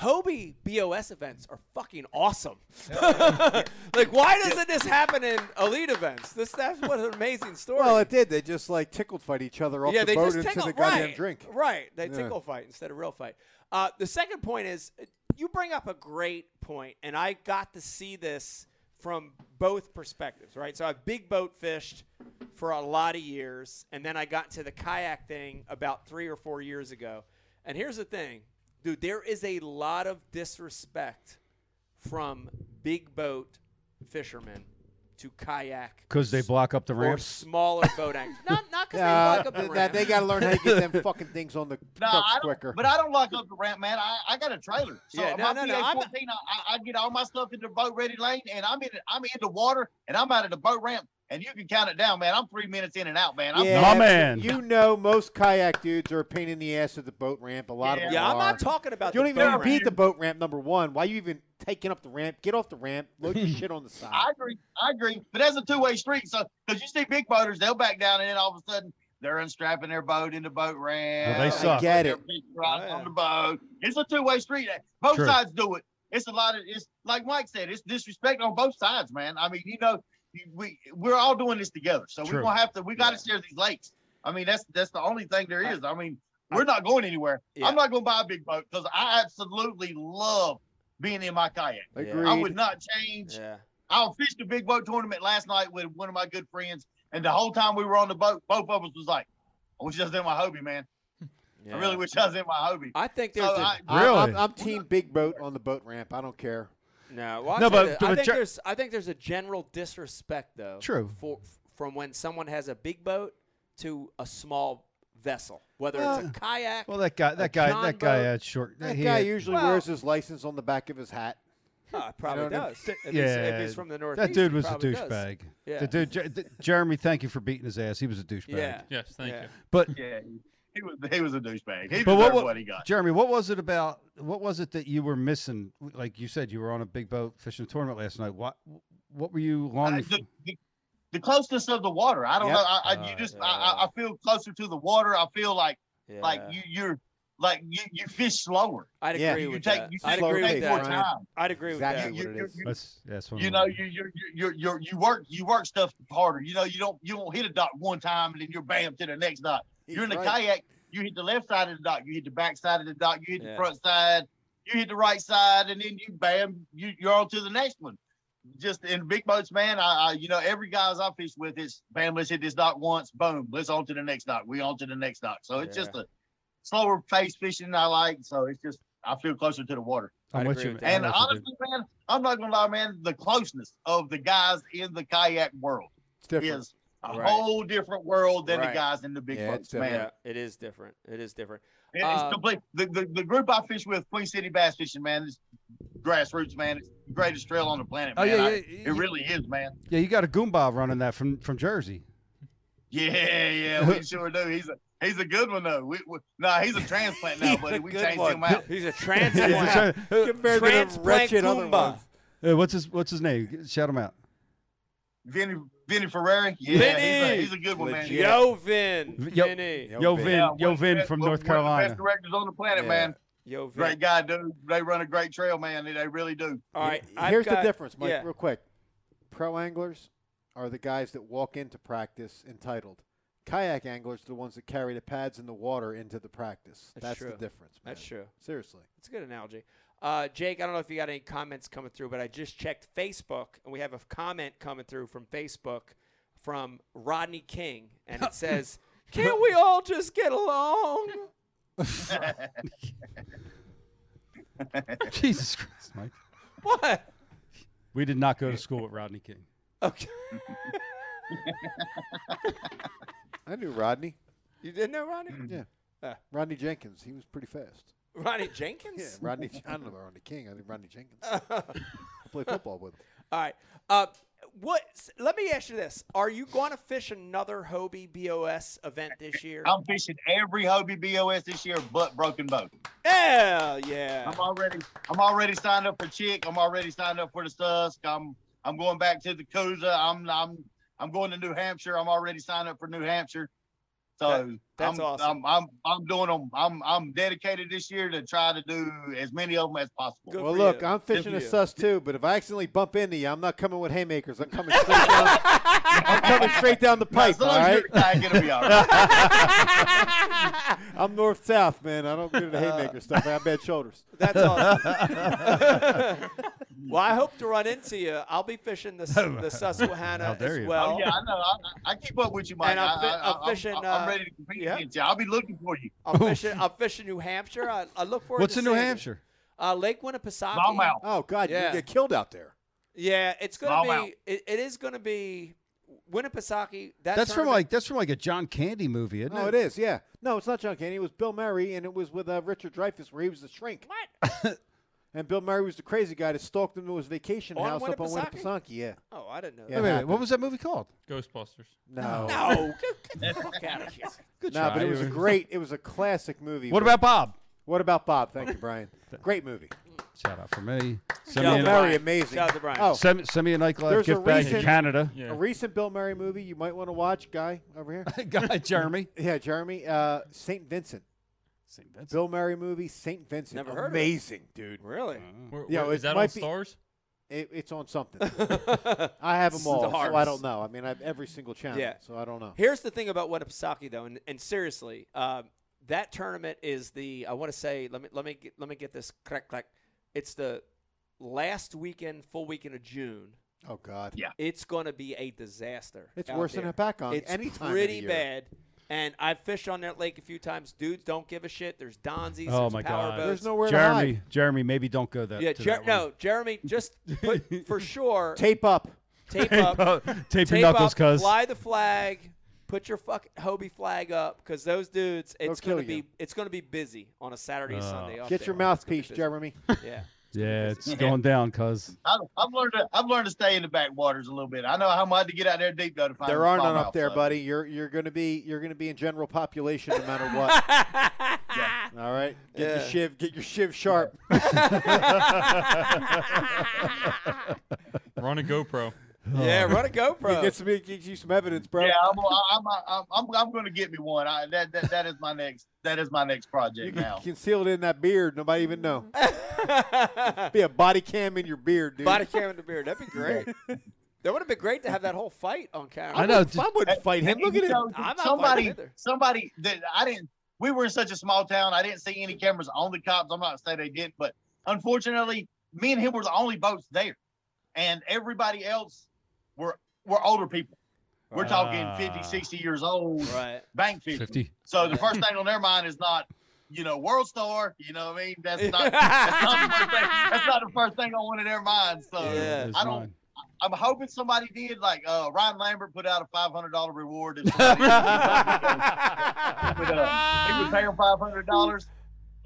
Speaker 3: Hobie BOS events are fucking awesome. like, why doesn't this happen in elite events? This that's what an amazing story.
Speaker 2: Well, it did. They just like tickled fight each other off
Speaker 3: yeah,
Speaker 2: the
Speaker 3: they
Speaker 2: boat
Speaker 3: just
Speaker 2: into
Speaker 3: tickle
Speaker 2: the goddamn
Speaker 3: right,
Speaker 2: drink.
Speaker 3: right? They
Speaker 2: Yeah.
Speaker 3: tickle fight instead of real fight. Uh, the second point is uh, you bring up a great point, and I got to see this from both perspectives, right? So I've big boat fished for a lot of years, and then I got to the kayak thing about three or four years ago, And here's the thing, dude, there is a lot of disrespect from big boat fishermen to kayak
Speaker 1: because they block up the
Speaker 3: or
Speaker 1: ramps.
Speaker 3: smaller boat anchors. Not not because they block up the
Speaker 2: th- that
Speaker 3: ramps.
Speaker 2: they got to learn how to get them fucking things on the
Speaker 6: No, I
Speaker 2: trucks
Speaker 6: don't.
Speaker 2: quicker.
Speaker 6: But I don't lock up the ramp, man. I, I got a trailer, so
Speaker 3: Yeah, no,
Speaker 6: my
Speaker 3: no, no, I'm-
Speaker 6: PA14, I, I get all my stuff in the boat ready lane, and I'm in I'm in the water, and I'm out of the boat ramp, and you can count it down, man. I'm three minutes in and out, man. I'm
Speaker 1: My
Speaker 2: but
Speaker 1: man.
Speaker 2: You know, most kayak dudes are a pain in the ass at the boat ramp. A lot of them
Speaker 3: yeah, I'm
Speaker 2: are.
Speaker 3: not talking about.
Speaker 2: You don't
Speaker 3: the
Speaker 2: even
Speaker 3: boat
Speaker 2: need
Speaker 3: ramp.
Speaker 2: the boat ramp. Number one, why you even taking up the ramp? Get off the ramp. Load your shit on the
Speaker 6: I
Speaker 2: side.
Speaker 6: agree. I agree. But that's a two way street. So, because you see big boaters, they'll back down, and then all of a sudden they're unstrapping their boat in the boat ramp.
Speaker 1: they
Speaker 6: and
Speaker 1: suck.
Speaker 2: Get
Speaker 6: they're
Speaker 2: it.
Speaker 6: big rods
Speaker 3: Yeah.
Speaker 6: on the boat. It's a two way street. Both
Speaker 1: True.
Speaker 6: sides do it. It's a lot of it's like Mike said. It's disrespect on both sides, man. I mean, you know, you- we we're all doing this together. So
Speaker 1: True.
Speaker 6: we're gonna have to. We got to
Speaker 3: Yeah.
Speaker 6: share these lakes. I mean, that's that's the only thing there is. I mean, we're not going anywhere.
Speaker 3: Yeah.
Speaker 6: I'm not gonna buy a big boat because I absolutely love being in my kayak.
Speaker 3: Yeah.
Speaker 2: Agreed.
Speaker 6: I would not change.
Speaker 3: Yeah.
Speaker 6: I fished the big boat tournament last night with one of my good friends, and the whole time we were on the boat, both of us was like, "I wish I was in my Hobie, man.
Speaker 3: yeah.
Speaker 6: I really wish I was in my Hobie."
Speaker 3: I think there's
Speaker 6: So
Speaker 3: a,
Speaker 6: I-
Speaker 2: I-
Speaker 1: Really?
Speaker 2: I'm, I'm team big boat on the boat ramp. I don't care.
Speaker 3: No, well, I'll
Speaker 1: No,
Speaker 3: tell
Speaker 1: but
Speaker 3: you,
Speaker 1: the
Speaker 3: I think
Speaker 1: major-
Speaker 3: there's I think there's a general disrespect though.
Speaker 1: True.
Speaker 3: For from when someone has a big boat to a small vessel, whether it's
Speaker 1: Well,
Speaker 3: a kayak.
Speaker 1: Well, that guy, that guy,
Speaker 3: John
Speaker 1: that guy
Speaker 3: boat.
Speaker 1: had short.
Speaker 2: That
Speaker 1: he
Speaker 2: guy
Speaker 1: had-
Speaker 2: usually
Speaker 3: Well-
Speaker 2: wears his license on the back of his hat.
Speaker 3: Huh, ah, it probably
Speaker 2: know what I mean?
Speaker 3: does. If he's- if
Speaker 1: yeah,
Speaker 3: he's from the northeast,
Speaker 1: that dude
Speaker 3: he
Speaker 1: was a
Speaker 3: probably does.
Speaker 1: douchebag.
Speaker 3: Yeah.
Speaker 1: The dude, Jer- th- Jeremy, thank you for beating his ass. He was a douchebag.
Speaker 3: Yeah.
Speaker 4: Yes, thank
Speaker 3: Yeah.
Speaker 4: you.
Speaker 1: But
Speaker 6: yeah, he was he was a douchebag. He
Speaker 1: But what-
Speaker 6: deserved
Speaker 1: what-
Speaker 6: what he got.
Speaker 1: Jeremy, what was it about? What was it that you were missing? Like you said, you were on a big boat fishing tournament last night. What what were you
Speaker 6: I-
Speaker 1: longing for?
Speaker 6: the, the- the closeness of the water. I don't
Speaker 2: Yep.
Speaker 6: know. I, I you
Speaker 3: Uh,
Speaker 6: just
Speaker 3: yeah.
Speaker 6: I I, I feel closer to the water. I feel like
Speaker 3: Yeah.
Speaker 6: like you you're like you you fish slower.
Speaker 3: I'd agree
Speaker 2: Yeah.
Speaker 6: You
Speaker 3: with
Speaker 6: take
Speaker 3: that.
Speaker 6: you
Speaker 3: I'd
Speaker 6: take,
Speaker 2: slow
Speaker 3: agree
Speaker 6: you
Speaker 2: down
Speaker 3: with
Speaker 6: take
Speaker 2: your
Speaker 6: more
Speaker 3: that.
Speaker 2: Ryan.
Speaker 6: time.
Speaker 3: I'd agree with
Speaker 2: Exactly
Speaker 3: that.
Speaker 2: what it
Speaker 6: you-
Speaker 2: is.
Speaker 6: you-
Speaker 1: That's that's what
Speaker 6: you
Speaker 1: I'm
Speaker 6: know
Speaker 1: wondering.
Speaker 6: you you you you you work you work stuff harder. You know you don't you don't hit a dot one time and then you're bam to the next dot. you're in
Speaker 2: He's
Speaker 6: the
Speaker 2: right.
Speaker 6: kayak. You hit the left side of the dock. You hit the back side of the dock. You hit
Speaker 3: Yeah.
Speaker 6: the front side. You hit the right side, and then you bam, you, you're on to the next one. Just in big boats, man. I, I you know every guys I fish with is bam. Let's hit this dock once. Boom. Let's on to the next dock. We on to the next dock. So it's just a slower pace fishing I like. So it's just I feel closer to the water.
Speaker 1: I'm
Speaker 3: I'd
Speaker 1: with
Speaker 3: agree
Speaker 1: you.
Speaker 3: with
Speaker 1: man.
Speaker 6: And
Speaker 1: I'm with you, dude.
Speaker 6: honestly, man, I'm not gonna lie, man. The closeness of the guys in the kayak world
Speaker 2: It's different.
Speaker 6: is a
Speaker 3: Right.
Speaker 6: whole different world than
Speaker 3: Right.
Speaker 6: the guys in the big
Speaker 2: Yeah, it's
Speaker 6: boats, man.
Speaker 2: different.
Speaker 3: Yeah, it is different. It is different.
Speaker 6: It- It's
Speaker 3: Uh,
Speaker 6: complete. The, the the group I fish with, Queen City Bass Fishing, man, is grassroots, man. It's the greatest trail on the planet,
Speaker 1: Oh
Speaker 6: man.
Speaker 1: yeah,
Speaker 6: I-
Speaker 1: yeah,
Speaker 6: it
Speaker 1: you-
Speaker 6: really is, man.
Speaker 1: yeah. You got a Goomba running that from from Jersey.
Speaker 6: Yeah, yeah, we sure do. He's a he's a good one though. We, we nah, he's a transplant now, buddy. We
Speaker 3: Good
Speaker 6: changed
Speaker 3: one.
Speaker 6: him out.
Speaker 3: He's a
Speaker 1: He's a
Speaker 3: transplant.
Speaker 1: Jer- Uh,
Speaker 2: Compared
Speaker 3: Transplant Goomba.
Speaker 1: uh, what's his What's his name? Shout him out.
Speaker 6: Vinny Vinny Ferrari. Yeah, He's, a,
Speaker 3: Vinny!
Speaker 6: he's a good one, man.
Speaker 2: Legit.
Speaker 6: Yeah.
Speaker 3: Yo, Vin.
Speaker 1: V- yo-
Speaker 3: Vinny.
Speaker 1: Yo
Speaker 2: Vin.
Speaker 1: Vin,
Speaker 6: Yeah,
Speaker 1: Yo
Speaker 6: one of the
Speaker 1: Vin
Speaker 6: best-
Speaker 1: from
Speaker 6: one-
Speaker 1: North
Speaker 6: One of the
Speaker 1: Carolina.
Speaker 6: best directors on the planet,
Speaker 3: Yeah.
Speaker 6: man.
Speaker 3: Yo, Vin.
Speaker 6: Great guy, dude. They run a great trail, man. They really do.
Speaker 3: All right. I've
Speaker 2: Here's the
Speaker 3: got-
Speaker 2: difference, Mike,
Speaker 3: yeah.
Speaker 2: real quick. Pro anglers are the guys that walk into practice entitled. Kayak anglers are the ones that carry the pads in the water into the practice.
Speaker 3: That's
Speaker 2: That's, the
Speaker 3: true.
Speaker 2: difference. Man.
Speaker 3: That's true.
Speaker 2: Seriously.
Speaker 3: It's a good analogy. Uh, Jake, I don't know if you got any comments coming through, but I just checked Facebook, and we have a comment coming through from Facebook from Rodney King, and it says, "Can't we all just get along?"
Speaker 1: Jesus Christ, Mike.
Speaker 3: What?
Speaker 1: We did not go to school with Rodney King.
Speaker 3: Okay.
Speaker 2: I knew Rodney.
Speaker 3: You didn't know Rodney?
Speaker 2: Yeah.
Speaker 3: Ah.
Speaker 2: Rodney Jenkins. He was pretty fast.
Speaker 3: Rodney
Speaker 2: Yeah,
Speaker 3: Jenkins.
Speaker 2: Rodney. I don't know about Rodney King. I think Rodney Jenkins. I
Speaker 3: all
Speaker 2: play football with him.
Speaker 3: right. Uh, what? s- Let me ask you this: Are you going to fish another Hobie BOS event this year?
Speaker 6: I'm fishing every Hobie BOS this year, but broken boat.
Speaker 3: Hell yeah!
Speaker 6: I'm already I'm already signed up for Chick. I'm already signed up for the Susk. I'm I'm going back to the Coosa. I'm I'm I'm going to New Hampshire. I'm already signed up for New Hampshire. So
Speaker 3: That- that's
Speaker 6: I'm,
Speaker 3: awesome.
Speaker 6: I'm I'm I'm doing them. I'm I'm dedicated this year to try to do as many of them as possible.
Speaker 3: Good
Speaker 2: well,
Speaker 3: for
Speaker 2: look,
Speaker 3: you.
Speaker 2: I'm
Speaker 6: for
Speaker 2: fishing a
Speaker 6: you.
Speaker 2: sus too, but if I accidentally bump into you, I'm not coming with haymakers. I'm coming straight down. I'm coming straight down the
Speaker 6: Now,
Speaker 2: pipe.
Speaker 6: as long
Speaker 2: all
Speaker 6: as
Speaker 2: right.
Speaker 6: you're the guy, it'll be all right.
Speaker 2: I'm north south, man. I don't do the haymaker stuff. I have bad shoulders.
Speaker 3: That's awesome. well, I hope to run into you. I'll be fishing the, the
Speaker 1: How
Speaker 3: Susquehanna
Speaker 1: dare
Speaker 3: as
Speaker 1: you.
Speaker 3: well.
Speaker 6: Oh, yeah, I know. I, I keep up with you, Mike.
Speaker 3: And I'm fi-
Speaker 6: I, I,
Speaker 3: I'm
Speaker 6: I,
Speaker 3: fishing,
Speaker 6: I'm, I'm
Speaker 3: uh,
Speaker 6: ready to compete
Speaker 3: yeah.
Speaker 6: against you. I'll be looking for you.
Speaker 3: I'm fishing. I'm fishing New Hampshire. I, I look forward.
Speaker 1: What's
Speaker 3: to
Speaker 1: in New
Speaker 3: seeing you.
Speaker 1: Hampshire?
Speaker 3: Uh, Lake Winnipesaukee.
Speaker 6: Longmouth.
Speaker 2: Oh God,
Speaker 3: Yeah.
Speaker 2: you get killed out there.
Speaker 3: Yeah, it's gonna
Speaker 6: Longmouth.
Speaker 3: be. It, it is gonna be Winnipesaukee. That
Speaker 1: That's from
Speaker 3: tournament-
Speaker 1: like that's from like a John Candy movie, isn't
Speaker 2: No, it is. Yeah. No, it's not John Candy. It was Bill Murray, and it was with uh, Richard Dreyfuss, where he was the shrink.
Speaker 3: what?
Speaker 2: And Bill Murray was the crazy guy that stalked him to his vacation
Speaker 3: On
Speaker 2: house up on
Speaker 3: Winnipesaukee?
Speaker 2: Winnipesaukee. Yeah.
Speaker 3: Oh, I didn't know.
Speaker 1: Wait,
Speaker 2: Yeah.
Speaker 1: wait,
Speaker 3: That.
Speaker 1: wait,
Speaker 2: happened.
Speaker 1: What was that movie called?
Speaker 4: Ghostbusters.
Speaker 2: No.
Speaker 3: No, get, get the fuck out of here.
Speaker 1: Good
Speaker 2: No, but
Speaker 1: try.
Speaker 2: it was a great. It was a classic movie.
Speaker 1: What
Speaker 2: But-
Speaker 1: about Bob?
Speaker 2: What about Bob? Thank you, Brian. Great movie.
Speaker 1: Shout out for me. Send me,
Speaker 2: Bill
Speaker 3: Yeah, Brian.
Speaker 1: a,
Speaker 2: Murray, amazing.
Speaker 3: Shout out to Brian.
Speaker 2: Oh,
Speaker 1: send, send me a nightclub
Speaker 2: There's a
Speaker 1: gift bag to
Speaker 2: recent-
Speaker 1: Canada.
Speaker 4: Yeah.
Speaker 2: a recent Bill Murray movie you might want to watch, guy over here.
Speaker 1: Guy Jeremy.
Speaker 2: Yeah, Jeremy. Uh, Saint Vincent.
Speaker 1: St. Vincent.
Speaker 2: Bill Murray movie, Saint Vincent.
Speaker 3: Never heard of it.
Speaker 2: Amazing, dude.
Speaker 3: Really?
Speaker 1: Mm.
Speaker 4: Where,
Speaker 2: Yeah,
Speaker 4: where-
Speaker 2: it
Speaker 4: is that on
Speaker 2: might be-
Speaker 4: Stars?
Speaker 2: It, it's on something. I have them all, so I
Speaker 3: Stars.
Speaker 2: don't know. I mean, I have every single channel,
Speaker 3: Yeah.
Speaker 2: so I don't know.
Speaker 3: Here's the thing about Winnipesaukee, though, and, and seriously, um, that tournament is the I want to say let me let me get, let me get this correct. correct. It's the last weekend, full weekend of June.
Speaker 2: Oh God,
Speaker 6: Yeah.
Speaker 3: It's gonna be a disaster.
Speaker 2: it's
Speaker 3: out
Speaker 2: worse
Speaker 3: there.
Speaker 2: than a back on.
Speaker 3: It's
Speaker 2: any time of the
Speaker 3: pretty
Speaker 2: year.
Speaker 3: bad. And I've fished on that lake a few times. Dudes don't give a shit. There's Donzies.
Speaker 1: Oh,
Speaker 3: there's
Speaker 1: my
Speaker 3: power
Speaker 1: God.
Speaker 3: Boats.
Speaker 2: There's nowhere to
Speaker 1: Jeremy, Jeremy, maybe don't go that.
Speaker 3: Yeah,
Speaker 1: to
Speaker 3: Jer-
Speaker 1: that
Speaker 3: no, Jeremy, just put, for sure
Speaker 2: hide. Tape up.
Speaker 3: tape
Speaker 1: one.
Speaker 3: up,
Speaker 1: tape your
Speaker 3: tape
Speaker 1: knuckles,
Speaker 3: up,
Speaker 1: cuz.
Speaker 3: fly the flag, put your fucking Hobie flag up, because those dudes, it's
Speaker 2: kill
Speaker 3: gonna
Speaker 2: you.
Speaker 3: be it's gonna be busy on a Saturday,
Speaker 1: Uh,
Speaker 3: Sunday. up
Speaker 2: Get
Speaker 3: there.
Speaker 2: your
Speaker 3: It's gonna be
Speaker 2: mouthpiece,
Speaker 3: busy.
Speaker 2: Jeremy.
Speaker 3: Yeah,
Speaker 1: Yeah, it's
Speaker 4: Yeah.
Speaker 1: going down, cuz.
Speaker 6: I, I've learned to I've learned to stay in the backwaters a little bit. I know how much to get out there deep though to find.
Speaker 2: There are none
Speaker 6: find
Speaker 2: up
Speaker 6: out,
Speaker 2: there,
Speaker 6: so.
Speaker 2: buddy. You're you're gonna be you're gonna be in general population no matter what. All right, get
Speaker 3: Yeah.
Speaker 2: your shiv, get your shiv sharp.
Speaker 1: Oh,
Speaker 4: Run a GoPro.
Speaker 3: yeah,
Speaker 1: Oh.
Speaker 3: run a GoPro.
Speaker 2: Get some, get you some evidence, bro.
Speaker 6: Yeah, I'm, I'm, I'm, I'm, I'm going to get me one. I, that, that, that is my next that is my next
Speaker 2: You
Speaker 6: project
Speaker 2: can
Speaker 6: now.
Speaker 2: conceal it Mm-hmm. in that beard. Nobody even know. Be a body cam in your beard, dude.
Speaker 3: Body cam in the beard. That'd be great. that would have been great to have that whole fight on camera.
Speaker 1: I know.
Speaker 2: I wouldn't fight him.
Speaker 6: And
Speaker 2: Look
Speaker 6: you
Speaker 2: at him.
Speaker 6: know,
Speaker 3: I'm not fighting
Speaker 6: somebody,
Speaker 3: either.
Speaker 6: somebody that I didn't. We were in such a small town. I didn't see any cameras on the cops. I'm not saying they didn't, but unfortunately, me and him were the only boats there, and everybody else were were older people. We're talking 50,
Speaker 1: Ah.
Speaker 6: 60 years old,
Speaker 3: Right.
Speaker 6: bank fishing.
Speaker 1: 50.
Speaker 6: So the first thing on their mind is not, you know, world star. You know what I mean? That's not. that's, not the first thing, that's not the first thing on one of their minds. So
Speaker 3: Yeah.
Speaker 1: There's
Speaker 6: I don't.
Speaker 1: mine.
Speaker 6: I'm hoping somebody did. Like uh, Ryan Lambert put out a $500 reward. If somebody- would, uh, he would pay him five hundred dollars.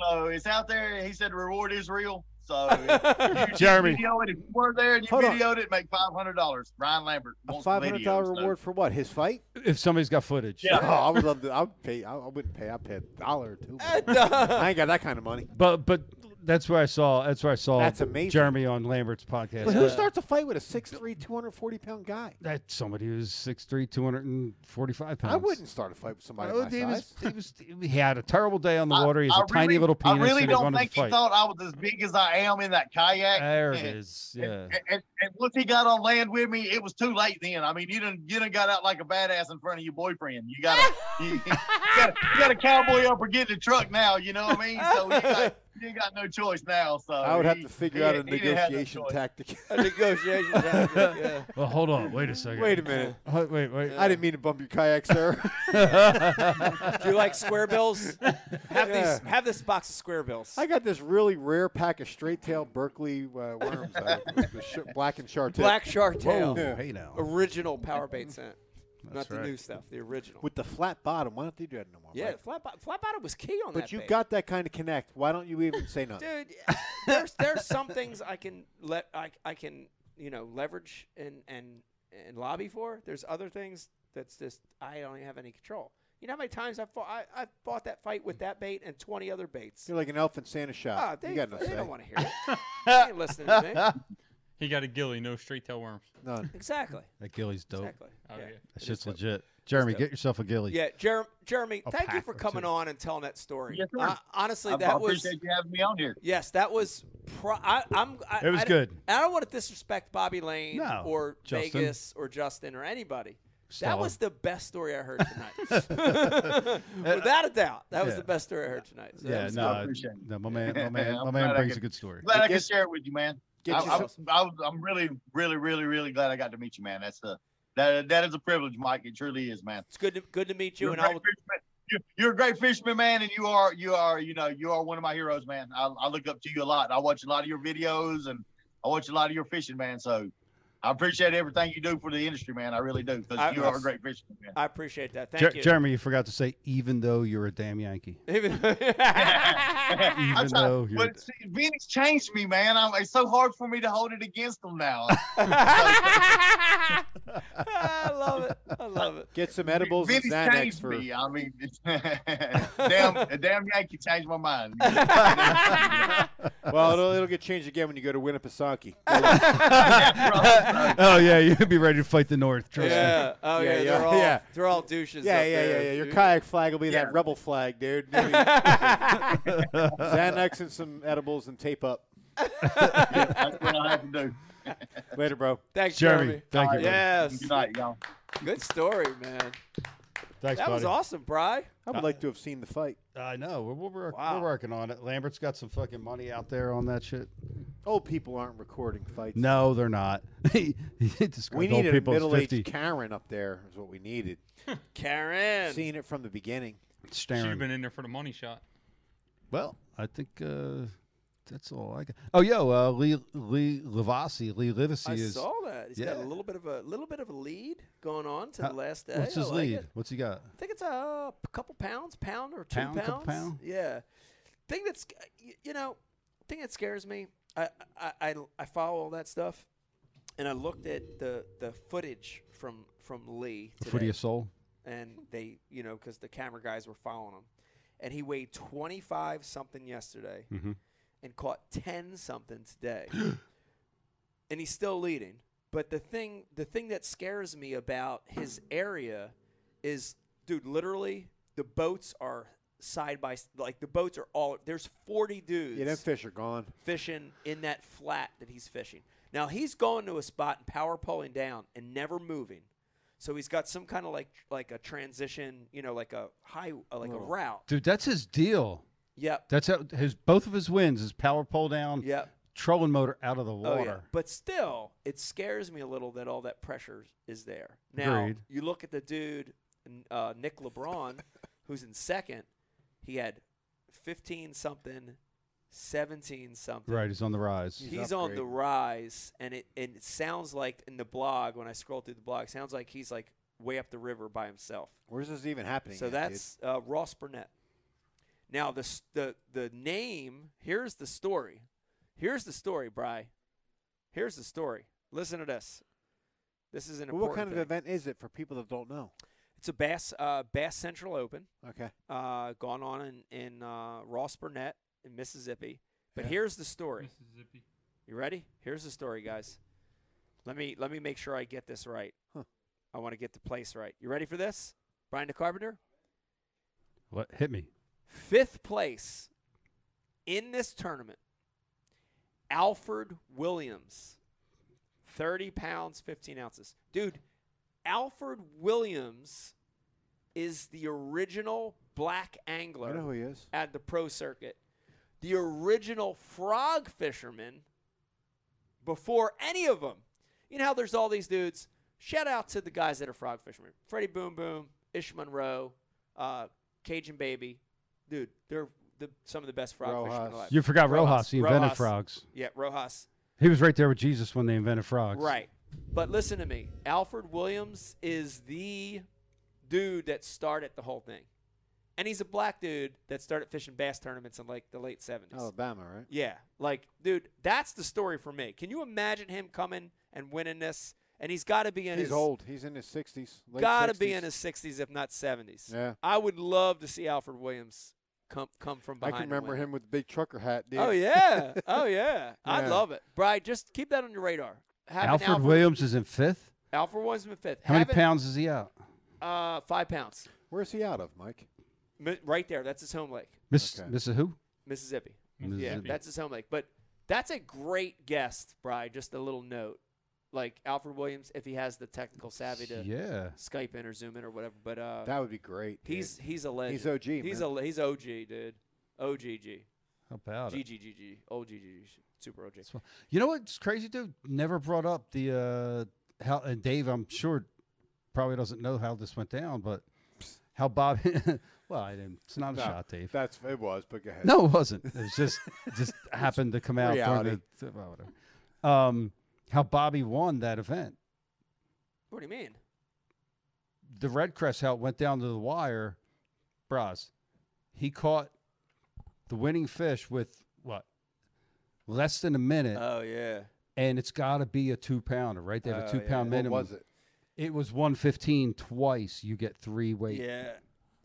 Speaker 6: So it's out there. He said the reward is real. So if you
Speaker 1: Jeremy.
Speaker 6: video it. If you were there and you
Speaker 2: Hold on.
Speaker 6: videoed it, make five hundred dollars. Ryan Lambert.
Speaker 2: A
Speaker 6: wants
Speaker 2: five
Speaker 6: the
Speaker 2: hundred
Speaker 6: video,
Speaker 2: dollar
Speaker 6: so-
Speaker 2: reward for what? His fight?
Speaker 1: If somebody's got footage.
Speaker 6: Yeah.
Speaker 2: Oh, I would love to. I would pay. I, I wouldn't pay. I'd pay a dollar or two. I ain't got that kind of money.
Speaker 1: But but that's where I saw that's where I saw
Speaker 2: That's amazing.
Speaker 1: Jeremy on Lambert's podcast.
Speaker 2: But who
Speaker 3: Yeah.
Speaker 2: starts a fight with a 6'3", 240 pound guy?
Speaker 1: That's somebody who's 6'3", 245 pounds.
Speaker 2: I wouldn't start a fight with somebody
Speaker 1: Oh,
Speaker 2: my
Speaker 1: he, was,
Speaker 2: size.
Speaker 1: he, was, he had a terrible day on the water. He has
Speaker 6: I
Speaker 1: a tiny
Speaker 6: really-
Speaker 1: little penis.
Speaker 6: I really
Speaker 1: and he
Speaker 6: don't
Speaker 1: wanted
Speaker 6: think
Speaker 1: to
Speaker 6: he
Speaker 1: fight.
Speaker 6: thought I was as big as I am in that kayak.
Speaker 1: There it
Speaker 6: And-
Speaker 1: is.
Speaker 6: and-
Speaker 1: Yeah.
Speaker 6: And, and, and once he got on land with me, it was too late then. I mean, you didn't you done got out like a badass in front of your boyfriend. You got to you, got you got a cowboy up or get in the truck now. You know what I mean? So you got, you ain't got no choice now.
Speaker 3: Oh,
Speaker 6: So
Speaker 2: I would have
Speaker 6: he-
Speaker 2: to figure
Speaker 6: he-
Speaker 2: out a
Speaker 6: he didn't have no
Speaker 2: negotiation
Speaker 6: choice.
Speaker 2: tactic.
Speaker 3: a negotiation. tactic, yeah.
Speaker 1: Well, hold on. Wait a second.
Speaker 2: Wait a minute.
Speaker 1: Oh, wait, wait.
Speaker 2: I didn't mean to bump your kayak, sir.
Speaker 3: Do you like square bills? Have
Speaker 2: Yeah.
Speaker 3: these. Have this box of square bills.
Speaker 2: I got this really rare pack of straight tail Berkeley uh, worms, uh, with the sh- black and char tip,
Speaker 3: Black shark tail.
Speaker 1: Whoa,
Speaker 2: Yeah.
Speaker 1: Hey now.
Speaker 3: Original power bait scent. Not
Speaker 1: That's
Speaker 3: the
Speaker 1: right.
Speaker 3: new stuff. The original.
Speaker 2: with the flat bottom. Why don't they do that no more?
Speaker 3: yeah,
Speaker 2: right?
Speaker 3: flat, bo- flat bottom was key on that.
Speaker 2: but you
Speaker 3: bait.
Speaker 2: got that kind of connect. Why don't you even say nothing?
Speaker 3: dude. There's there's some things I can let I, I can you know leverage and and and lobby for. There's other things that's just I don't have any control. You know how many times I fought I, I fought that fight with that bait and twenty other baits.
Speaker 2: You're like an elf in Santa
Speaker 3: Ah,
Speaker 2: shop.
Speaker 3: they,
Speaker 2: you got no
Speaker 3: they
Speaker 2: say.
Speaker 3: don't want to hear it. they ain't listening to me.
Speaker 4: He got a gilly, no straight tail worms.
Speaker 2: None.
Speaker 3: Exactly.
Speaker 1: That gilly's dope.
Speaker 3: Exactly.
Speaker 4: Oh,
Speaker 3: yeah.
Speaker 4: yeah.
Speaker 1: That shit's legit. Jeremy,
Speaker 3: dope.
Speaker 1: get yourself a gilly.
Speaker 3: Yeah, Jer- Jeremy,
Speaker 1: A
Speaker 3: thank you
Speaker 1: pack
Speaker 3: for
Speaker 1: or
Speaker 3: coming
Speaker 1: two.
Speaker 3: on and telling that story.
Speaker 6: Yes, sir.
Speaker 3: Uh, honestly,
Speaker 6: I, I
Speaker 3: that was
Speaker 6: appreciate you having me on here.
Speaker 3: yes, that was pro- I, I'm. I,
Speaker 1: It was
Speaker 3: I-
Speaker 1: good.
Speaker 3: And I don't want to disrespect Bobby Lane
Speaker 1: No,
Speaker 3: or
Speaker 1: Justin.
Speaker 3: Vegas or Justin or anybody. That
Speaker 1: Solid.
Speaker 3: was the best story I heard tonight. Without a doubt, that was
Speaker 1: Yeah.
Speaker 3: the best story I heard tonight. So that
Speaker 1: yeah,
Speaker 3: was
Speaker 1: no,
Speaker 6: I appreciate it.
Speaker 1: no, my man, my man, my
Speaker 6: I'm
Speaker 1: man
Speaker 6: glad I
Speaker 1: brings
Speaker 6: could-
Speaker 1: a good story.
Speaker 6: Glad I could
Speaker 2: Get-
Speaker 6: share it with you, man.
Speaker 2: Get
Speaker 6: I, I,
Speaker 2: yourself,
Speaker 6: was- I was, I'm really, really, really, really glad I got to meet you, man. That's a that that is a privilege, Mike. It truly is, man.
Speaker 3: It's good to good to meet you,
Speaker 6: You're a
Speaker 3: and I
Speaker 6: great
Speaker 3: will
Speaker 6: fisherman. You're, you're a great fisherman, man, and you are you are you know you are one of my heroes, man. I, I look up to you a lot. I watch a lot of your videos and I watch a lot of your fishing, man. So I appreciate everything you do for the industry, man. I really do
Speaker 3: I-
Speaker 6: because you are a great fisherman, man.
Speaker 3: I appreciate that. Thank
Speaker 1: Jer-
Speaker 3: you.
Speaker 1: Jeremy, you forgot to say, even though you're a damn Yankee.
Speaker 3: Even-
Speaker 6: I'm
Speaker 1: Even
Speaker 6: trying-
Speaker 1: though you're.
Speaker 6: But see, Phoenix changed me, man. I'm, it's so hard for me to hold it against them now.
Speaker 3: I love it. I love it.
Speaker 2: get some edibles and
Speaker 6: Vinny's
Speaker 2: Xanax
Speaker 6: changed
Speaker 2: for.
Speaker 6: me. I mean, damn, a damn Yankee changed my mind.
Speaker 2: Well, it'll, it'll get changed again when you go to Winnipesaukee.
Speaker 1: oh yeah, you'd be ready to fight the North. Trust me.
Speaker 3: yeah. Oh yeah.
Speaker 2: Yeah,
Speaker 3: They're
Speaker 2: yeah,
Speaker 3: all
Speaker 2: yeah.
Speaker 3: they're all douches.
Speaker 2: Yeah, yeah,
Speaker 3: up
Speaker 2: yeah,
Speaker 3: there,
Speaker 2: yeah. Your
Speaker 3: dude.
Speaker 2: kayak flag will be
Speaker 6: Yeah.
Speaker 2: that rebel flag, dude. Xanax and some edibles and tape up.
Speaker 6: That's what I have to do.
Speaker 2: Later, bro.
Speaker 3: Thanks,
Speaker 1: Jeremy,
Speaker 3: Jeremy.
Speaker 1: thank you. buddy.
Speaker 3: Yes.
Speaker 6: Good night, y'all.
Speaker 3: Good story, man.
Speaker 1: Thanks,
Speaker 3: That
Speaker 1: buddy.
Speaker 3: was awesome, Bry.
Speaker 2: I would like to have seen the fight.
Speaker 1: I know. We're, we're, work-
Speaker 3: Wow.
Speaker 1: we're working on it. Lambert's got some fucking money out there on that shit.
Speaker 2: Old people aren't recording fights.
Speaker 1: No, they're not. he described
Speaker 2: We
Speaker 1: old
Speaker 2: needed a
Speaker 1: people as
Speaker 2: middle-aged
Speaker 1: 50
Speaker 2: Karen up there. Is what we needed.
Speaker 3: Karen.
Speaker 2: Seeing it from the beginning.
Speaker 4: Should
Speaker 1: staring.
Speaker 4: have been in there for the money shot.
Speaker 1: Well, I think uh, that's all I got. Oh, yo, uh, Lee Lee Livasi, Lee Livasi
Speaker 3: I
Speaker 1: is.
Speaker 3: saw that. He's got
Speaker 1: Yeah.
Speaker 3: a little bit of a little bit of a lead going on to
Speaker 1: How-
Speaker 3: the last day.
Speaker 1: What's
Speaker 3: I
Speaker 1: his
Speaker 3: like
Speaker 1: lead?
Speaker 3: it.
Speaker 1: What's he got?
Speaker 3: I think it's uh, a couple pounds, pound or two
Speaker 1: Pound,
Speaker 3: pounds.
Speaker 1: couple pound?
Speaker 3: Yeah. Thing that's y- you know, thing that scares me. I I, I I follow all that stuff, and I looked at the the footage from from Lee
Speaker 1: A foot of
Speaker 3: today,
Speaker 1: your soul.
Speaker 3: and they you know because the camera guys were following him, and he weighed twenty five something yesterday,
Speaker 1: Mhm.
Speaker 3: and caught ten something today, and he's still leading. But the thing the thing that scares me about his area is dude literally the boats are side by s- like the boats are all there's 40 dudes
Speaker 2: Yeah, them fish are gone.
Speaker 3: fishing in that flat that he's fishing now he's going to a spot and power pulling down and never moving so he's got some kind of like like a transition you know like a high uh, like a route
Speaker 1: Dude, that's his deal.
Speaker 3: yep
Speaker 1: That's how his both of his wins is power pole down,
Speaker 3: yep
Speaker 1: trolling motor out of the Hmm. water.
Speaker 3: Oh, yeah. But still, it scares me a little that all that pressure is there. Now,
Speaker 1: Agreed.
Speaker 3: you look at the dude, n- uh, Nick LeBron, who's in second. He had 15 something, 17 something.
Speaker 1: Right, he's on the rise.
Speaker 2: He's
Speaker 3: He's on the
Speaker 2: upgrading.
Speaker 3: rise, and it, and it sounds like in the blog, when I scroll through the blog, it sounds like he's like way up the river by himself.
Speaker 2: Where's this even happening?
Speaker 3: So
Speaker 2: at, dude?
Speaker 3: that's uh, Ross Burnett. Now the s- the the name. Here's the story. Here's the story, Bry. Here's the story. Listen to this. This is an
Speaker 2: Well,
Speaker 3: important.
Speaker 2: what kind of
Speaker 3: thing.
Speaker 2: event is it for people that don't know?
Speaker 3: It's a Bass uh, Bass Central Open
Speaker 2: Okay.
Speaker 3: uh, gone on in in uh, Ross Burnett in Mississippi. But
Speaker 2: Yeah.
Speaker 3: here's the story.
Speaker 4: Mississippi.
Speaker 3: You ready? Here's the story, guys. Let me let me make sure I get this right.
Speaker 2: Huh.
Speaker 3: I want to get the place right. You ready for this, Brian DeCarpenter?
Speaker 1: What hit me?
Speaker 3: fifth place in this tournament, Alfred Williams, 30 pounds, 15 ounces. Dude, Alfred Williams is the original black
Speaker 2: I know
Speaker 3: angler
Speaker 2: who he is.
Speaker 3: at the pro circuit, the original frog fisherman before any of them. You know how there's all these dudes. Shout out to the guys that are frog fishermen: Freddie Boom Boom, Ish Monroe, uh, Cajun Baby, dude. They're the, some of the best frog fishermen
Speaker 2: Rojas.
Speaker 3: alive.
Speaker 1: You forgot Rojas.
Speaker 3: Uh, Rojas,
Speaker 1: He invented
Speaker 3: Rojas.
Speaker 1: frogs.
Speaker 3: yeah, Rojas.
Speaker 1: He was right there with Jesus when they invented frogs.
Speaker 3: Right. But listen to me. Alfred Williams is the dude that started the whole thing. And he's a black dude that started fishing bass tournaments in like the late 70s.
Speaker 2: Alabama, right?
Speaker 3: Yeah. Like, dude, that's the story for me. Can you imagine him coming and winning this? And he's got to be in
Speaker 2: He's
Speaker 3: his
Speaker 2: old. He's in his 60s. late
Speaker 3: got to be in
Speaker 2: 60s.
Speaker 3: his 60s if not 70s.
Speaker 2: Yeah.
Speaker 3: I would love to see Alfred Williams come come from
Speaker 2: I
Speaker 3: behind.
Speaker 2: can
Speaker 3: and
Speaker 2: remember
Speaker 3: win.
Speaker 2: him with the big trucker hat, dude.
Speaker 3: Oh yeah. Oh yeah. I
Speaker 2: Yeah.
Speaker 3: love it. Brian, just keep that on your radar. Having
Speaker 1: Alfred, Williams is in fifth.
Speaker 3: Alfred Williams in fifth.
Speaker 1: How many
Speaker 3: Having-
Speaker 1: pounds is he out?
Speaker 3: Uh, 5 pounds.
Speaker 2: Where's he out of, Mike?
Speaker 3: Mi- right there. That's his home lake,
Speaker 1: Miss
Speaker 2: Okay.
Speaker 1: Mrs. Who?
Speaker 3: Mississippi. Yeah,
Speaker 1: Mississippi.
Speaker 3: that's his home lake. But that's a great guest, Brian. Just a little note. like Alfred Williams if he has the technical savvy to
Speaker 1: yeah.
Speaker 3: Skype in or Zoom in or whatever. But uh,
Speaker 2: That would be great. dude.
Speaker 3: he's he's a legend.
Speaker 2: he's OG.
Speaker 3: He's
Speaker 2: man.
Speaker 3: a he's OG, dude. OGG.
Speaker 1: How about it?
Speaker 3: GGGG. OGGG. Super OG.
Speaker 1: You know what's crazy, dude? Never brought up the uh how and Dave, I'm sure probably doesn't know how this went down, but how Bob well, I didn't it's not a
Speaker 2: No,
Speaker 1: shot, Dave.
Speaker 2: That's it was, but go ahead.
Speaker 1: No, it wasn't. It was just just happened to come out during
Speaker 2: reality.
Speaker 1: the well, whatever. Um how Bobby won that event.
Speaker 3: What do you mean?
Speaker 1: The Red Crest how it went down to the wire, bras. He caught the winning fish with what? Less than a minute,
Speaker 2: Uh,
Speaker 3: Oh yeah.
Speaker 1: and it's got to be a two pounder, right? They have a
Speaker 3: Oh,
Speaker 1: two pound
Speaker 2: Uh, What
Speaker 1: minimum.
Speaker 2: was it?
Speaker 1: It was 115 twice. You get three weight.
Speaker 3: Yeah.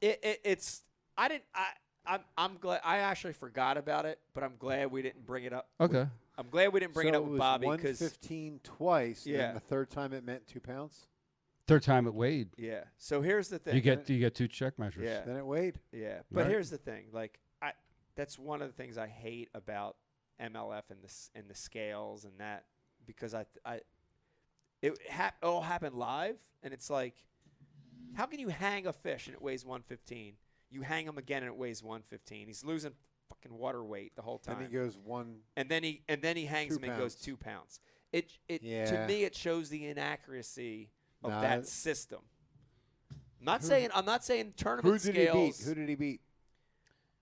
Speaker 3: It, it it's I didn't I I'm I'm glad I actually forgot about it, but I'm glad we didn't bring it up. with-
Speaker 1: Okay.
Speaker 3: I'm glad we didn't bring
Speaker 2: So
Speaker 3: it up
Speaker 2: it
Speaker 3: with
Speaker 2: was
Speaker 3: Bobby because
Speaker 2: 115 twice. Yeah.
Speaker 3: Yeah.
Speaker 2: And the third time it meant two pounds.
Speaker 1: Third time it weighed.
Speaker 3: yeah. So here's the thing.
Speaker 1: You get you get two check measures.
Speaker 3: yeah.
Speaker 2: Then it weighed.
Speaker 3: Yeah, but
Speaker 1: Right.
Speaker 3: here's the thing: like, I that's one of the things I hate about MLF and the s- and the scales and that because I I it hap- all happened live, and it's like, how can you hang a fish and it weighs 115? You hang him again and it weighs 115. He's losing fucking water weight the whole time,
Speaker 2: And he goes one.
Speaker 3: and then he and then he hangs
Speaker 2: Two
Speaker 3: him and goes
Speaker 2: pounds.
Speaker 3: two pounds. It it to
Speaker 2: Yeah.
Speaker 3: me it shows the inaccuracy of
Speaker 2: Nah,
Speaker 3: that
Speaker 2: it-
Speaker 3: system. I'm not
Speaker 2: Who-
Speaker 3: saying I'm not saying tournament
Speaker 2: Who did he beat?
Speaker 3: scales.
Speaker 2: Who did he beat?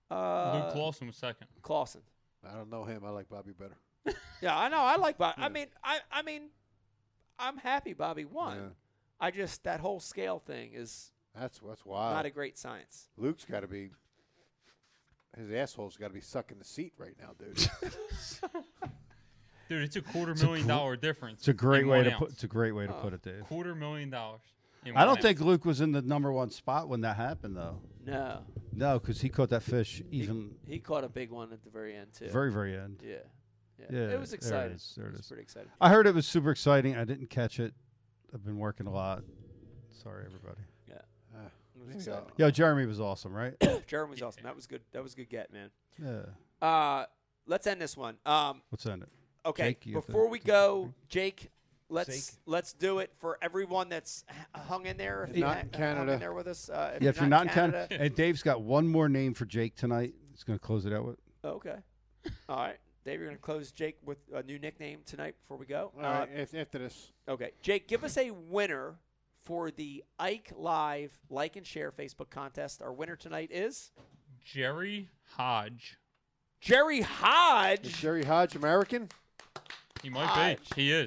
Speaker 3: Uh,
Speaker 4: Luke Lawson was second.
Speaker 3: Clausen.
Speaker 2: I don't know him. I like Bobby better.
Speaker 3: Yeah, I know. I like Bobby. I
Speaker 2: Yeah.
Speaker 3: mean, I, I mean, I'm happy Bobby won.
Speaker 2: Yeah.
Speaker 3: I just that whole scale thing is
Speaker 2: That's that's wild.
Speaker 3: not a great science.
Speaker 2: Luke's got to be. His asshole's got to be sucking the seat right now, dude.
Speaker 4: Dude, it's a quarter
Speaker 1: a
Speaker 4: million
Speaker 1: gr-
Speaker 4: dollar difference.
Speaker 1: It's a great
Speaker 4: in
Speaker 1: way
Speaker 4: one
Speaker 1: to put.
Speaker 4: ounce.
Speaker 1: It's a great way to
Speaker 3: Oh.
Speaker 1: put it, Dave.
Speaker 4: quarter million dollars. in
Speaker 1: I
Speaker 4: one
Speaker 1: don't
Speaker 4: ounce.
Speaker 1: think Luke was in the number one spot when that happened, though.
Speaker 3: No,
Speaker 1: No, because he caught that fish even
Speaker 3: he caught a big one at the very end too.
Speaker 1: very, very end.
Speaker 3: yeah. yeah,
Speaker 1: Yeah,
Speaker 3: It was
Speaker 1: there it
Speaker 3: exciting.
Speaker 1: is, there it
Speaker 3: was
Speaker 1: is.
Speaker 3: pretty exciting.
Speaker 1: I heard it was super exciting. I didn't catch it. I've been working a lot. Sorry, everybody.
Speaker 2: Ah,
Speaker 3: It was
Speaker 2: maybe
Speaker 3: exciting.
Speaker 1: Yo, Jeremy was awesome, right?
Speaker 3: Jeremy was awesome. That was good. That was a good get, man.
Speaker 1: yeah.
Speaker 3: Uh, let's end this one. Um,
Speaker 1: What's in it?
Speaker 3: Okay,
Speaker 1: Jake, you have to
Speaker 3: before we
Speaker 1: do something.
Speaker 3: go, Jake, let's
Speaker 1: Jake.
Speaker 3: let's do it for everyone that's h- hung in there. If
Speaker 2: If
Speaker 3: you
Speaker 2: not
Speaker 3: ha-
Speaker 2: in
Speaker 3: hung
Speaker 2: Canada.
Speaker 3: in there with us. Uh,
Speaker 1: yeah, if you're not in Canada, and Dave's got one more name for Jake tonight. He's gonna close it out with.
Speaker 3: Oh, Okay. All right. Dave, you're going to close Jake with a new nickname tonight before we go.
Speaker 2: All right, af- after this,
Speaker 3: Uh, okay. Jake, give us a winner for the Ike Live Like and Share Facebook contest. Our winner tonight is
Speaker 4: Jerry Hodge.
Speaker 3: Jerry
Speaker 2: is
Speaker 3: Hodge
Speaker 2: Jerry Hodge American?
Speaker 4: He might
Speaker 3: Hodge.
Speaker 4: be. He is.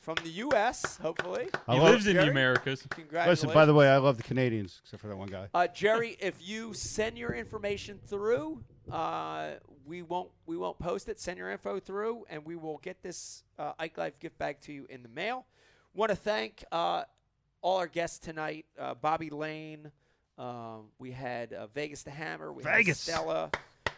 Speaker 3: from the U.S., hopefully.
Speaker 1: I
Speaker 4: he
Speaker 1: love-
Speaker 4: lives in
Speaker 3: Jerry?
Speaker 4: the Americas.
Speaker 3: Congratulations.
Speaker 1: Listen, by the way, I love the Canadians except for that one guy.
Speaker 3: Uh, Jerry, if you send your information through, uh, we won't we won't post it. Send your info through, and we will get this uh, Ike Life gift bag to you in the mail. Want to thank uh, all our guests tonight: uh, Bobby Lane. Um, we had uh, Vegas the Hammer. We
Speaker 1: Vegas.
Speaker 3: had Stella.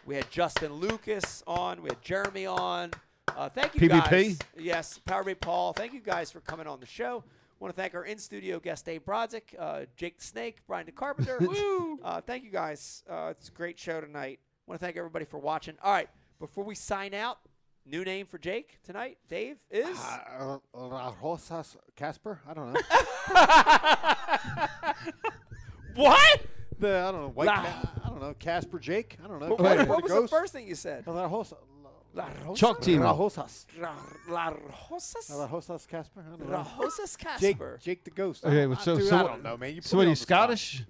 Speaker 3: We had Justin Lucas on. We had Jeremy on. Uh, thank you
Speaker 1: PvP?
Speaker 3: guys. Yes, Power Bay Paul. Thank you guys for coming on the show. Want to thank our in-studio guest Dave Brodzik, uh, Jake the Snake, Brian the Carpenter. Woo! Uh, thank you guys. Uh, it's a great show tonight. Want to thank everybody for watching. All right, before we sign out, new name for Jake tonight, Dave is.
Speaker 2: Uh, uh, Rosas Casper? I don't know.
Speaker 3: what?
Speaker 2: the, I don't know. White
Speaker 3: La-
Speaker 2: Ca- I don't know. Casper Jake? I don't know.
Speaker 3: What,
Speaker 2: Casper
Speaker 3: what, what was the
Speaker 2: Ghost? Oh.
Speaker 3: first thing you said?
Speaker 2: La Rosa. La,
Speaker 3: La Rosa?
Speaker 1: Chalk team
Speaker 2: La
Speaker 1: up.
Speaker 2: Rosas.
Speaker 3: La, La Rosas?
Speaker 2: La Rosas Casper? I don't
Speaker 3: La
Speaker 2: know.
Speaker 3: Rosas
Speaker 2: Jake,
Speaker 3: Casper.
Speaker 2: Jake the Ghost.
Speaker 1: Okay,
Speaker 2: I don't-
Speaker 1: well, so-
Speaker 2: dude,
Speaker 1: so
Speaker 2: I
Speaker 1: what-
Speaker 2: don't know, man. You put
Speaker 1: So what
Speaker 2: me
Speaker 1: are
Speaker 2: on
Speaker 1: you
Speaker 2: the spot.
Speaker 1: Scottish?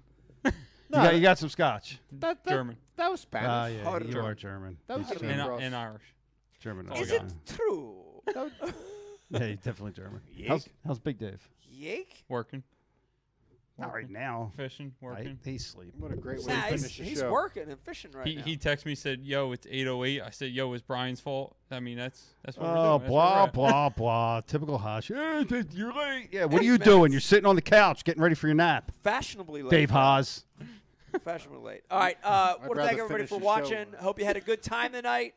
Speaker 1: you, got, you got some Scotch.
Speaker 2: That, that,
Speaker 4: German.
Speaker 2: That was
Speaker 1: Ah,
Speaker 2: Spanish.
Speaker 1: yeah, you
Speaker 4: German.
Speaker 1: are German.
Speaker 2: That was
Speaker 1: He's
Speaker 2: gonna be
Speaker 4: And,
Speaker 1: German.
Speaker 2: rough.
Speaker 4: and uh, Irish.
Speaker 1: German.
Speaker 4: Oh,
Speaker 3: Is
Speaker 4: yeah.
Speaker 3: it true?
Speaker 1: Yeah, he's definitely German. How's, how's Big Dave?
Speaker 3: Jake?
Speaker 4: Working.
Speaker 1: Not right now.
Speaker 4: Fishing.
Speaker 1: I,
Speaker 4: Working.
Speaker 1: he's sleeping.
Speaker 2: What a great way
Speaker 3: Nah,
Speaker 2: to
Speaker 3: he's,
Speaker 2: finish the
Speaker 3: he's
Speaker 2: show.
Speaker 3: working and fishing right
Speaker 4: he,
Speaker 3: now.
Speaker 4: he texted me said, "Yo, it's 808." I said, "Yo, it's Brian's fault." I mean, that's that's what we're
Speaker 1: Oh,
Speaker 4: doing. That's where
Speaker 1: blah,
Speaker 4: we're at.
Speaker 1: blah, blah. Typical Hosh. Yeah, dude, you're late. Yeah, what
Speaker 3: Hey,
Speaker 1: are you
Speaker 3: man,
Speaker 1: doing?
Speaker 3: it's-
Speaker 1: You're sitting on the couch getting ready for your nap.
Speaker 3: Fashionably late.
Speaker 1: Dave Haas.
Speaker 3: Fashionably late. All right. Uh,
Speaker 2: I'd
Speaker 3: want to thank
Speaker 2: rather
Speaker 3: everybody
Speaker 2: finish
Speaker 3: for
Speaker 2: the show.
Speaker 3: watching. Hope you had a good time tonight.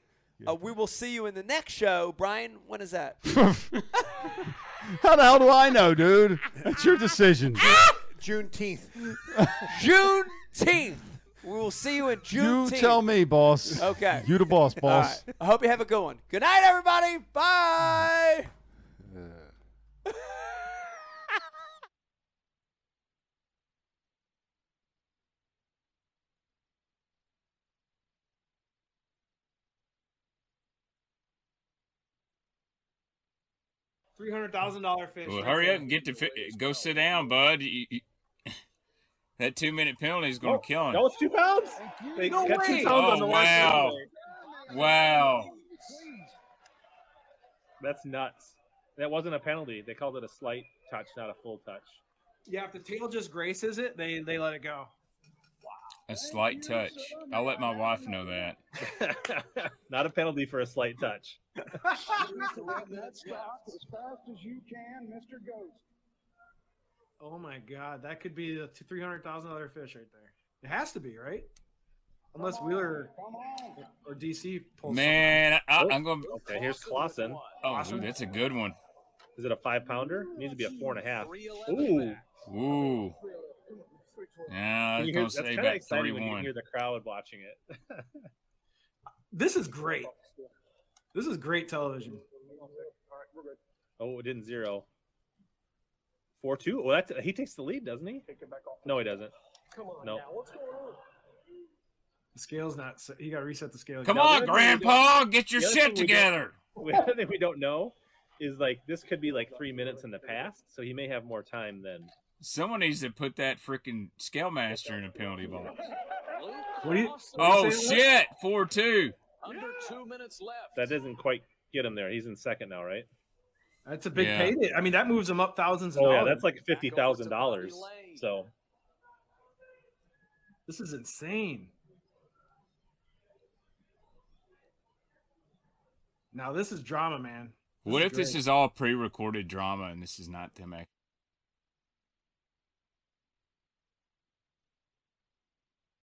Speaker 3: Uh, we will see you in the next show. Brian, when is that?
Speaker 1: How the hell do I know, dude? That's your decision.
Speaker 2: Juneteenth.
Speaker 3: Juneteenth. We will see you in
Speaker 1: you
Speaker 3: Juneteenth.
Speaker 1: tell me, boss.
Speaker 3: Okay.
Speaker 1: You the boss,
Speaker 3: All
Speaker 1: boss.
Speaker 3: right. I hope you have a good one. Good night, everybody. Bye.
Speaker 7: three hundred thousand dollar fish.
Speaker 8: Well,
Speaker 7: right
Speaker 8: hurry
Speaker 7: there.
Speaker 8: up and get to fi- go sit down, bud. You- you- that two minute penalty is going to
Speaker 7: Oh,
Speaker 8: kill him.
Speaker 7: that was two pounds. They
Speaker 2: No
Speaker 7: got two
Speaker 2: way.
Speaker 7: pounds
Speaker 8: Oh,
Speaker 7: on the last
Speaker 8: wow.
Speaker 7: one.
Speaker 8: Wow.
Speaker 3: That's nuts. That wasn't a penalty. They called it a slight touch, not a full touch.
Speaker 7: Yeah, if the tail just graces it, they they let it go.
Speaker 8: A slight touch. I'll let my wife know that.
Speaker 3: not a penalty for a slight touch.
Speaker 7: Oh my god, that could be a three hundred thousand dollar fish right there. It has to be right, unless Wheeler or DC pulls.
Speaker 8: Man, I, I'm going.
Speaker 3: Oh, Okay, here's Clausen.
Speaker 8: Oh, dude, that's a good one.
Speaker 3: Is it a five pounder? It needs to be a four and a half.
Speaker 2: Ooh.
Speaker 8: Ooh. Yeah, I
Speaker 3: Can you
Speaker 8: was
Speaker 3: hear-
Speaker 8: going to
Speaker 3: that's
Speaker 8: say
Speaker 3: kind of
Speaker 8: about
Speaker 3: exciting
Speaker 8: three
Speaker 3: when you can
Speaker 8: one.
Speaker 3: hear the crowd watching it.
Speaker 7: This is great. This is great television.
Speaker 3: Oh, it didn't zero. Four two. Well, that's he takes the lead, doesn't he? No, he doesn't.
Speaker 2: Come on
Speaker 3: No.
Speaker 2: now, what's going on?
Speaker 7: The scale's not. set- You got to reset the scale. again.
Speaker 8: Come
Speaker 3: the
Speaker 8: on,
Speaker 3: other thing we don't-
Speaker 8: Grandpa, get your
Speaker 3: the other
Speaker 8: shit
Speaker 3: thing we don't-
Speaker 8: together.
Speaker 3: The other thing we don't know is like this could be like three minutes in the past, so he may have more time then.
Speaker 8: Someone needs to put that freaking scale master in a penalty box.
Speaker 7: What do you-
Speaker 8: Oh
Speaker 7: say what?
Speaker 8: shit, four two.
Speaker 2: Under two minutes left.
Speaker 3: That doesn't quite get him there. He's in second now, right?
Speaker 7: That's a big
Speaker 8: Yeah.
Speaker 7: payday. I mean, that moves them up thousands of
Speaker 3: Oh yeah,
Speaker 7: dollars.
Speaker 3: that's like fifty thousand dollars. So
Speaker 7: this is insane. Now this is drama, man.
Speaker 8: What
Speaker 7: is
Speaker 8: if this
Speaker 7: great.
Speaker 8: is all pre-recorded drama and this is not them? act-